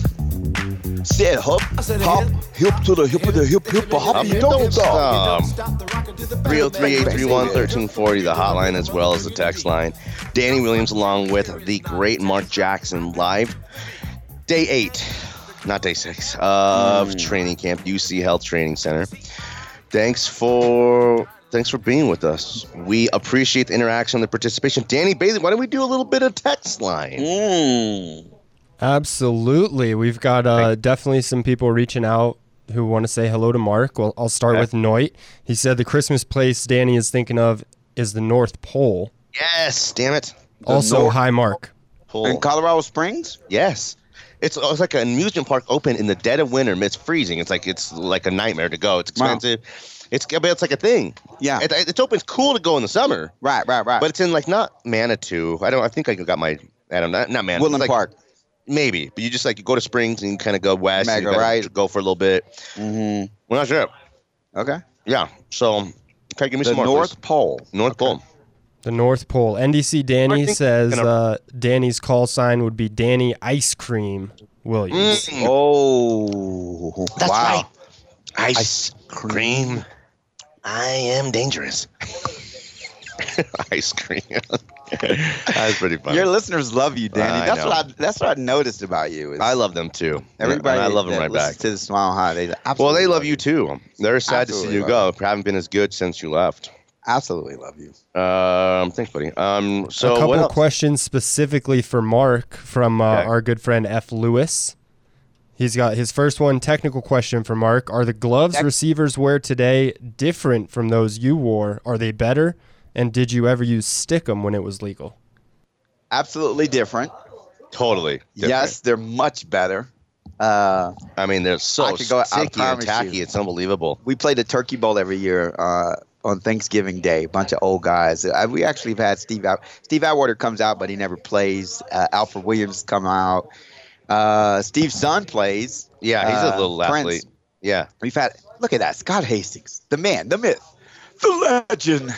Speaker 6: said hop, hop, hip to the hip of the hip, hip, hop,
Speaker 3: Up
Speaker 6: you
Speaker 3: you
Speaker 6: don't stop.
Speaker 3: Um, 303 831 1340, the hotline as well as the text line. Danny Williams along with the great Mark Jackson live. Day 8, not day 6, of
Speaker 6: Hmm.
Speaker 3: training camp, UC Health Training Center. Thanks for. Thanks for being with us. We appreciate the interaction, the participation. Danny Bailey, why don't we do a little bit of text line?
Speaker 6: Mm.
Speaker 13: Absolutely. We've got uh, definitely some people reaching out who want to say hello to Mark. Well, I'll start
Speaker 3: Okay.
Speaker 13: with Noit. He said the Christmas place Danny is thinking of is the North Pole.
Speaker 3: Yes, damn it.
Speaker 13: also,
Speaker 6: North
Speaker 13: hi, Mark.
Speaker 6: In
Speaker 3: Pull.
Speaker 6: Colorado Springs?
Speaker 3: Yes. It's, oh, it's like an amusement park open in the dead of winter. and It's freezing. It's like it's like a nightmare to go. It's
Speaker 6: Wow.
Speaker 3: expensive. It's I mean, it's like a thing.
Speaker 6: Yeah. Uh,
Speaker 3: It, it's open. It's cool to go in the summer,
Speaker 6: Right, right, right.
Speaker 3: but it's in like not Manitou. I don't. I think I got my. I don't know. Not Manitou.
Speaker 6: Woodland
Speaker 3: It's like-
Speaker 6: Park.
Speaker 3: Maybe, but you just like you go to Springs and you kind of go west. and you
Speaker 6: Mega,
Speaker 3: kinda
Speaker 6: right?
Speaker 3: Go for a little bit.
Speaker 6: hmm
Speaker 3: We're not sure.
Speaker 6: Okay.
Speaker 3: Yeah. So, okay, give me
Speaker 6: The
Speaker 3: some more.
Speaker 6: North
Speaker 3: please.
Speaker 6: Pole.
Speaker 3: North Pole.
Speaker 13: The North Pole. NDC
Speaker 3: I
Speaker 13: Danny
Speaker 3: think-
Speaker 13: says
Speaker 3: Can I-
Speaker 13: uh, Danny's call sign would be Danny Ice Cream Williams.
Speaker 3: Mm,
Speaker 6: Oh,
Speaker 3: That's
Speaker 6: wow.
Speaker 3: right. Ice cream. I am dangerous. Ice cream. That's pretty funny.
Speaker 6: Your listeners love you, Danny.
Speaker 3: I
Speaker 6: that's
Speaker 3: know.
Speaker 6: what I that's what I noticed about you. is
Speaker 3: I love them too.
Speaker 6: everybody.
Speaker 3: And I love them
Speaker 6: that
Speaker 3: right
Speaker 6: listens
Speaker 3: back.
Speaker 6: To the smile high, they
Speaker 3: Well,
Speaker 6: absolutely
Speaker 3: they love you too. They're sad to see
Speaker 6: Absolutely
Speaker 3: you go. Haven't been as good since you left.
Speaker 6: Absolutely love you.
Speaker 3: Um, thanks, buddy. Um, so
Speaker 13: a couple
Speaker 3: what else?
Speaker 13: questions specifically for Mark from uh,
Speaker 3: Okay.
Speaker 13: our good friend F. Lewis. He's got his first one technical question for Mark. Are the gloves
Speaker 6: Tec-
Speaker 13: receivers wear today different from those you wore? Are they better? And did you ever use stickum when it was legal?
Speaker 6: Absolutely different.
Speaker 3: Totally. different.
Speaker 6: Yes, they're much better. Uh,
Speaker 3: I mean, they're so
Speaker 6: I could go- I
Speaker 3: sticky and
Speaker 6: promise
Speaker 3: tacky.
Speaker 6: you.
Speaker 3: It's unbelievable.
Speaker 6: we play the Turkey Bowl every year uh, on Thanksgiving Day. A bunch of old guys. I, we actually have had Steve out. Steve Atwater comes out, but he never plays. Uh, Alfred Williams come out. Uh, Steve's son plays.
Speaker 3: Yeah, he's a
Speaker 6: Uh,
Speaker 3: little
Speaker 6: Prince.
Speaker 3: athlete. Yeah.
Speaker 6: We've had. Look at that, Scott Hastings, the man, the myth, the legend.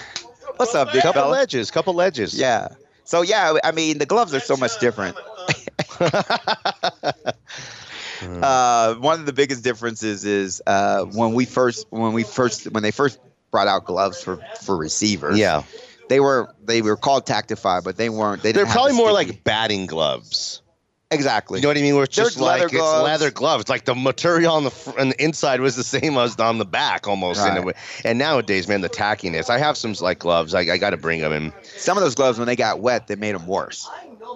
Speaker 6: What's up, big
Speaker 3: Couple
Speaker 6: fella?
Speaker 3: ledges. Couple ledges.
Speaker 6: Yeah. So yeah, I mean the gloves are so much different. uh, one of the biggest differences is uh, when we first when we first when they first brought out gloves for for receivers.
Speaker 3: Yeah.
Speaker 6: They were they were called Tactify, but they weren't. They
Speaker 3: They're
Speaker 6: didn't have
Speaker 3: probably
Speaker 6: the
Speaker 3: more
Speaker 6: sticky-
Speaker 3: like batting gloves.
Speaker 6: exactly.
Speaker 3: You know what I mean? Where it's
Speaker 6: They're
Speaker 3: just like
Speaker 6: leather
Speaker 3: it's
Speaker 6: gloves.
Speaker 3: leather gloves. Like the material on the fr- on the inside was the same as on the back almost in a
Speaker 6: Right.
Speaker 3: way. And nowadays, man, the tackiness. I have some like gloves. I, I got to bring them in.
Speaker 6: Some of those gloves when they got wet, they made them worse.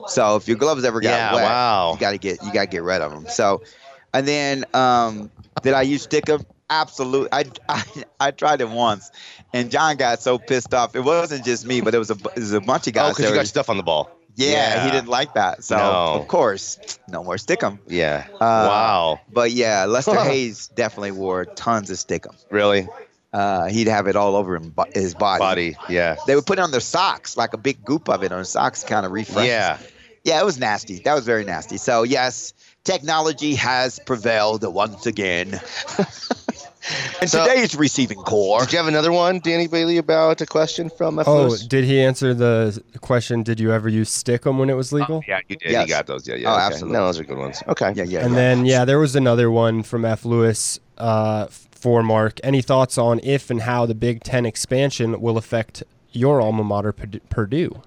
Speaker 6: So if your gloves ever got
Speaker 3: Yeah,
Speaker 6: wet,
Speaker 3: wow. Oh,
Speaker 6: you gotta get you gotta get rid of them. So, and then um, did I use stickum? Absolutely. I, I I tried it once, and John got so pissed off. It wasn't just me, but it was a bu- it was a bunch of
Speaker 3: Oh,
Speaker 6: guys.
Speaker 3: because
Speaker 6: that
Speaker 3: you
Speaker 6: were-
Speaker 3: got stuff on the ball.
Speaker 6: Yeah,
Speaker 3: Yeah.
Speaker 6: he didn't like that. So
Speaker 3: No.
Speaker 6: of course, no more stickum.
Speaker 3: Yeah.
Speaker 6: Uh,
Speaker 3: wow.
Speaker 6: But yeah, Lester Hayes definitely wore tons of stickum.
Speaker 3: Really?
Speaker 6: Uh, he'd have it all over him, bo- his body.
Speaker 3: Body, yeah.
Speaker 6: They would put it on their socks, like a big goop of it on socks, kind of refresh.
Speaker 3: Yeah.
Speaker 6: Yeah, it was nasty. That was very nasty. So yes, technology has prevailed once again. and today's receiving core.
Speaker 3: Did you have another one, Danny Bailey, about a question from a
Speaker 13: Oh, did he answer the question? Did you ever use stickum when it was legal?
Speaker 3: Uh, yeah, you did.
Speaker 6: Yes.
Speaker 3: You got those. Yeah, yeah.
Speaker 6: Oh,
Speaker 3: okay.
Speaker 6: absolutely.
Speaker 3: No, those are good ones. Okay.
Speaker 6: Yeah, yeah.
Speaker 13: and
Speaker 6: yeah.
Speaker 13: then yeah, there was another one from F. Lewis uh, for Mark. Any thoughts on if and how the Big Ten expansion will affect your alma mater, Purd- Purdue?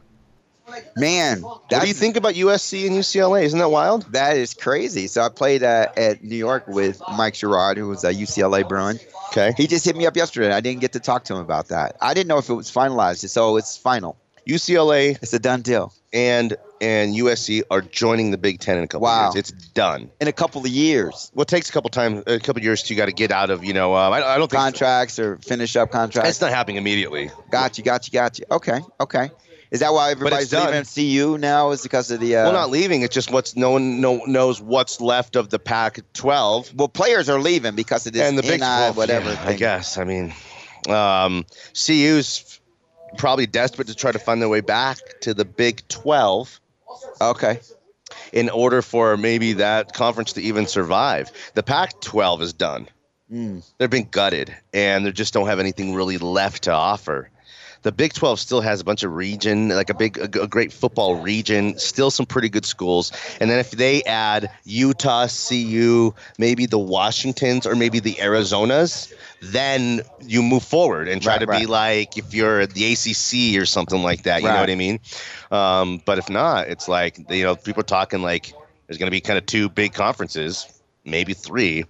Speaker 6: Man,
Speaker 3: What do you think about USC and UCLA? Isn't that wild?
Speaker 6: That is crazy. So I played uh, at New York with Mike Girard, who was a UCLA Bruin.
Speaker 3: Okay.
Speaker 6: He just hit me up yesterday. I didn't get to talk to him about that. I didn't know if it was finalized, so it's final.
Speaker 3: UCLA
Speaker 6: It's a done deal.
Speaker 3: and and USC are joining the Big Ten in a couple
Speaker 6: Wow.
Speaker 3: years. It's done.
Speaker 6: In a couple of years,
Speaker 3: Well, it takes a couple time, a couple years to you got to get out of. You know, um, I, I don't think
Speaker 6: contracts or finish up
Speaker 3: it's
Speaker 6: contracts.
Speaker 3: not happening immediately.
Speaker 6: Got you, got you, got you. Okay, okay. Is that why everybody's
Speaker 3: done.
Speaker 6: leaving CU now? Is because of the uh,
Speaker 3: well, not leaving. It's just what's no one no, knows what's left of the Pac-12
Speaker 6: well, players are leaving because of this
Speaker 3: and the Big
Speaker 6: NI
Speaker 3: 12.
Speaker 6: whatever.
Speaker 3: yeah, I
Speaker 6: thing.
Speaker 3: guess. I mean, um, CU's probably desperate to try to find their way back to the Big 12.
Speaker 6: Okay.
Speaker 3: in order for maybe that conference to even survive. The Pac 12 is done.
Speaker 6: Hmm.
Speaker 3: They've been gutted and they just don't have anything really left to offer. The Big 12 still has a bunch of region, like a big, a, g- a great football region, still some pretty good schools. And then if they add Utah, CU, maybe the Washingtons or maybe the Arizonas, then you move forward and try
Speaker 6: Right,
Speaker 3: to be
Speaker 6: right.
Speaker 3: like if you're at the ACC or something like that. You know
Speaker 6: Right.
Speaker 3: what I mean? Um, but if not, it's like you know people are talking like there's going to be kind of two big conferences, maybe three,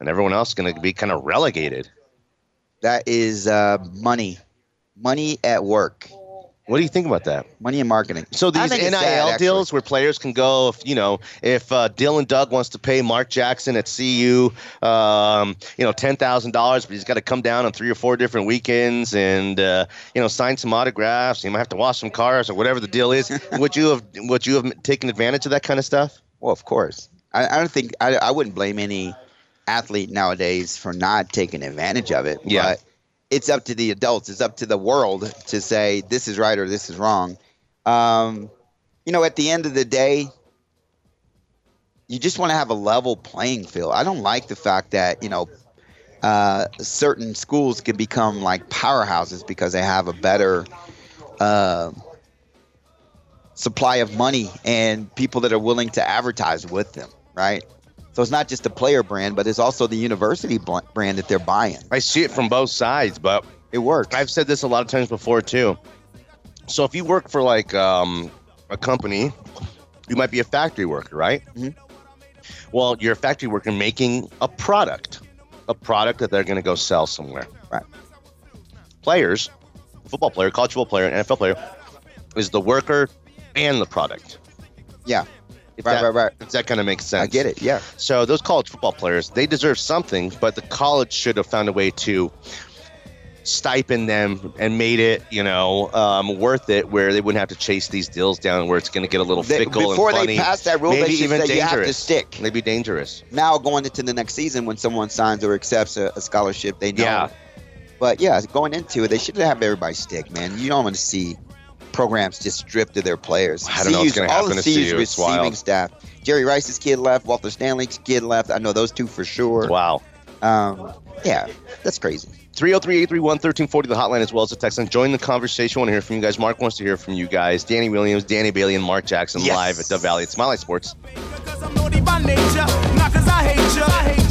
Speaker 3: and everyone else is going to be kind of relegated.
Speaker 6: That is uh, money, money at work,
Speaker 3: What do you think about that?
Speaker 6: money in marketing.
Speaker 3: So
Speaker 6: I
Speaker 3: these
Speaker 6: think
Speaker 3: NIL
Speaker 6: it's sad, actually.
Speaker 3: deals where players can go, if you know, if uh, Dylan Doug wants to pay Mark Jackson at CU, um, you know, ten thousand dollars, but he's got to come down on three or four different weekends and uh, you know sign some autographs. He might have to wash some cars or whatever the deal is. would you have would you have taken advantage of that kind of stuff?
Speaker 6: Well, of course. I, I don't think I, I wouldn't blame any athlete nowadays for not taking advantage of it.
Speaker 3: Yeah.
Speaker 6: But it's up to the adults. It's up to the world to say this is right or this is wrong. Um, you know, at the end of the day, you just want to have a level playing field. I don't like the fact that you know uh, certain schools can become like powerhouses because they have a better. Uh, supply of money and people that are willing to advertise with them, right? So it's not just the player brand, but it's also the university bl- brand that they're buying.
Speaker 3: I see it from both sides, but
Speaker 6: It works.
Speaker 3: I've said this a lot of times before too. So if you work for like um, a company, you might be a factory worker, right?
Speaker 6: Mhm.
Speaker 3: Well, you're a factory worker making a product, a product that they're going to go sell somewhere.
Speaker 6: Right.
Speaker 3: Players, football player, college football player, and NFL player, is the worker and the product.
Speaker 6: yeah,
Speaker 3: If
Speaker 6: Right,
Speaker 3: that,
Speaker 6: right, right.
Speaker 3: If that kind of makes sense.
Speaker 6: I get it. Yeah,
Speaker 3: So those college football players, they deserve something, but the college should have found a way to stipend them and made it, you know, um, worth it, where they wouldn't have to chase these deals down, where it's going to get a little
Speaker 6: They-
Speaker 3: fickle
Speaker 6: before
Speaker 3: and
Speaker 6: they
Speaker 3: funny.
Speaker 6: passed that rule, they
Speaker 3: maybe
Speaker 6: should
Speaker 3: even
Speaker 6: say you have
Speaker 3: dangerous.
Speaker 6: to stick.
Speaker 3: Maybe dangerous.
Speaker 6: now going into the next season, when someone signs or accepts a, a scholarship, they know.
Speaker 3: Yeah.
Speaker 6: But yeah, going into it, they should have everybody stick, man. You don't want to see programs just stripped of their players.
Speaker 3: I don't know what's
Speaker 6: CU's
Speaker 3: gonna
Speaker 6: all
Speaker 3: happen to
Speaker 6: of CU's
Speaker 3: CU. It's
Speaker 6: receiving
Speaker 3: wild.
Speaker 6: staff. Jerry Rice's kid left. Walter Stanley's kid left. I know those two for sure.
Speaker 3: Wow.
Speaker 6: Um, yeah, that's crazy.
Speaker 3: 303-831-1340, the hotline as well as the text line. Join the conversation. want to hear from you guys. Mark wants to hear from you guys. Danny Williams, Danny Bailey, and Mark Jackson
Speaker 6: Yes.
Speaker 3: live at Dove Valley. It's My Life Sports.
Speaker 9: Cause I'm naughty by nature, not cause I hate you. I hate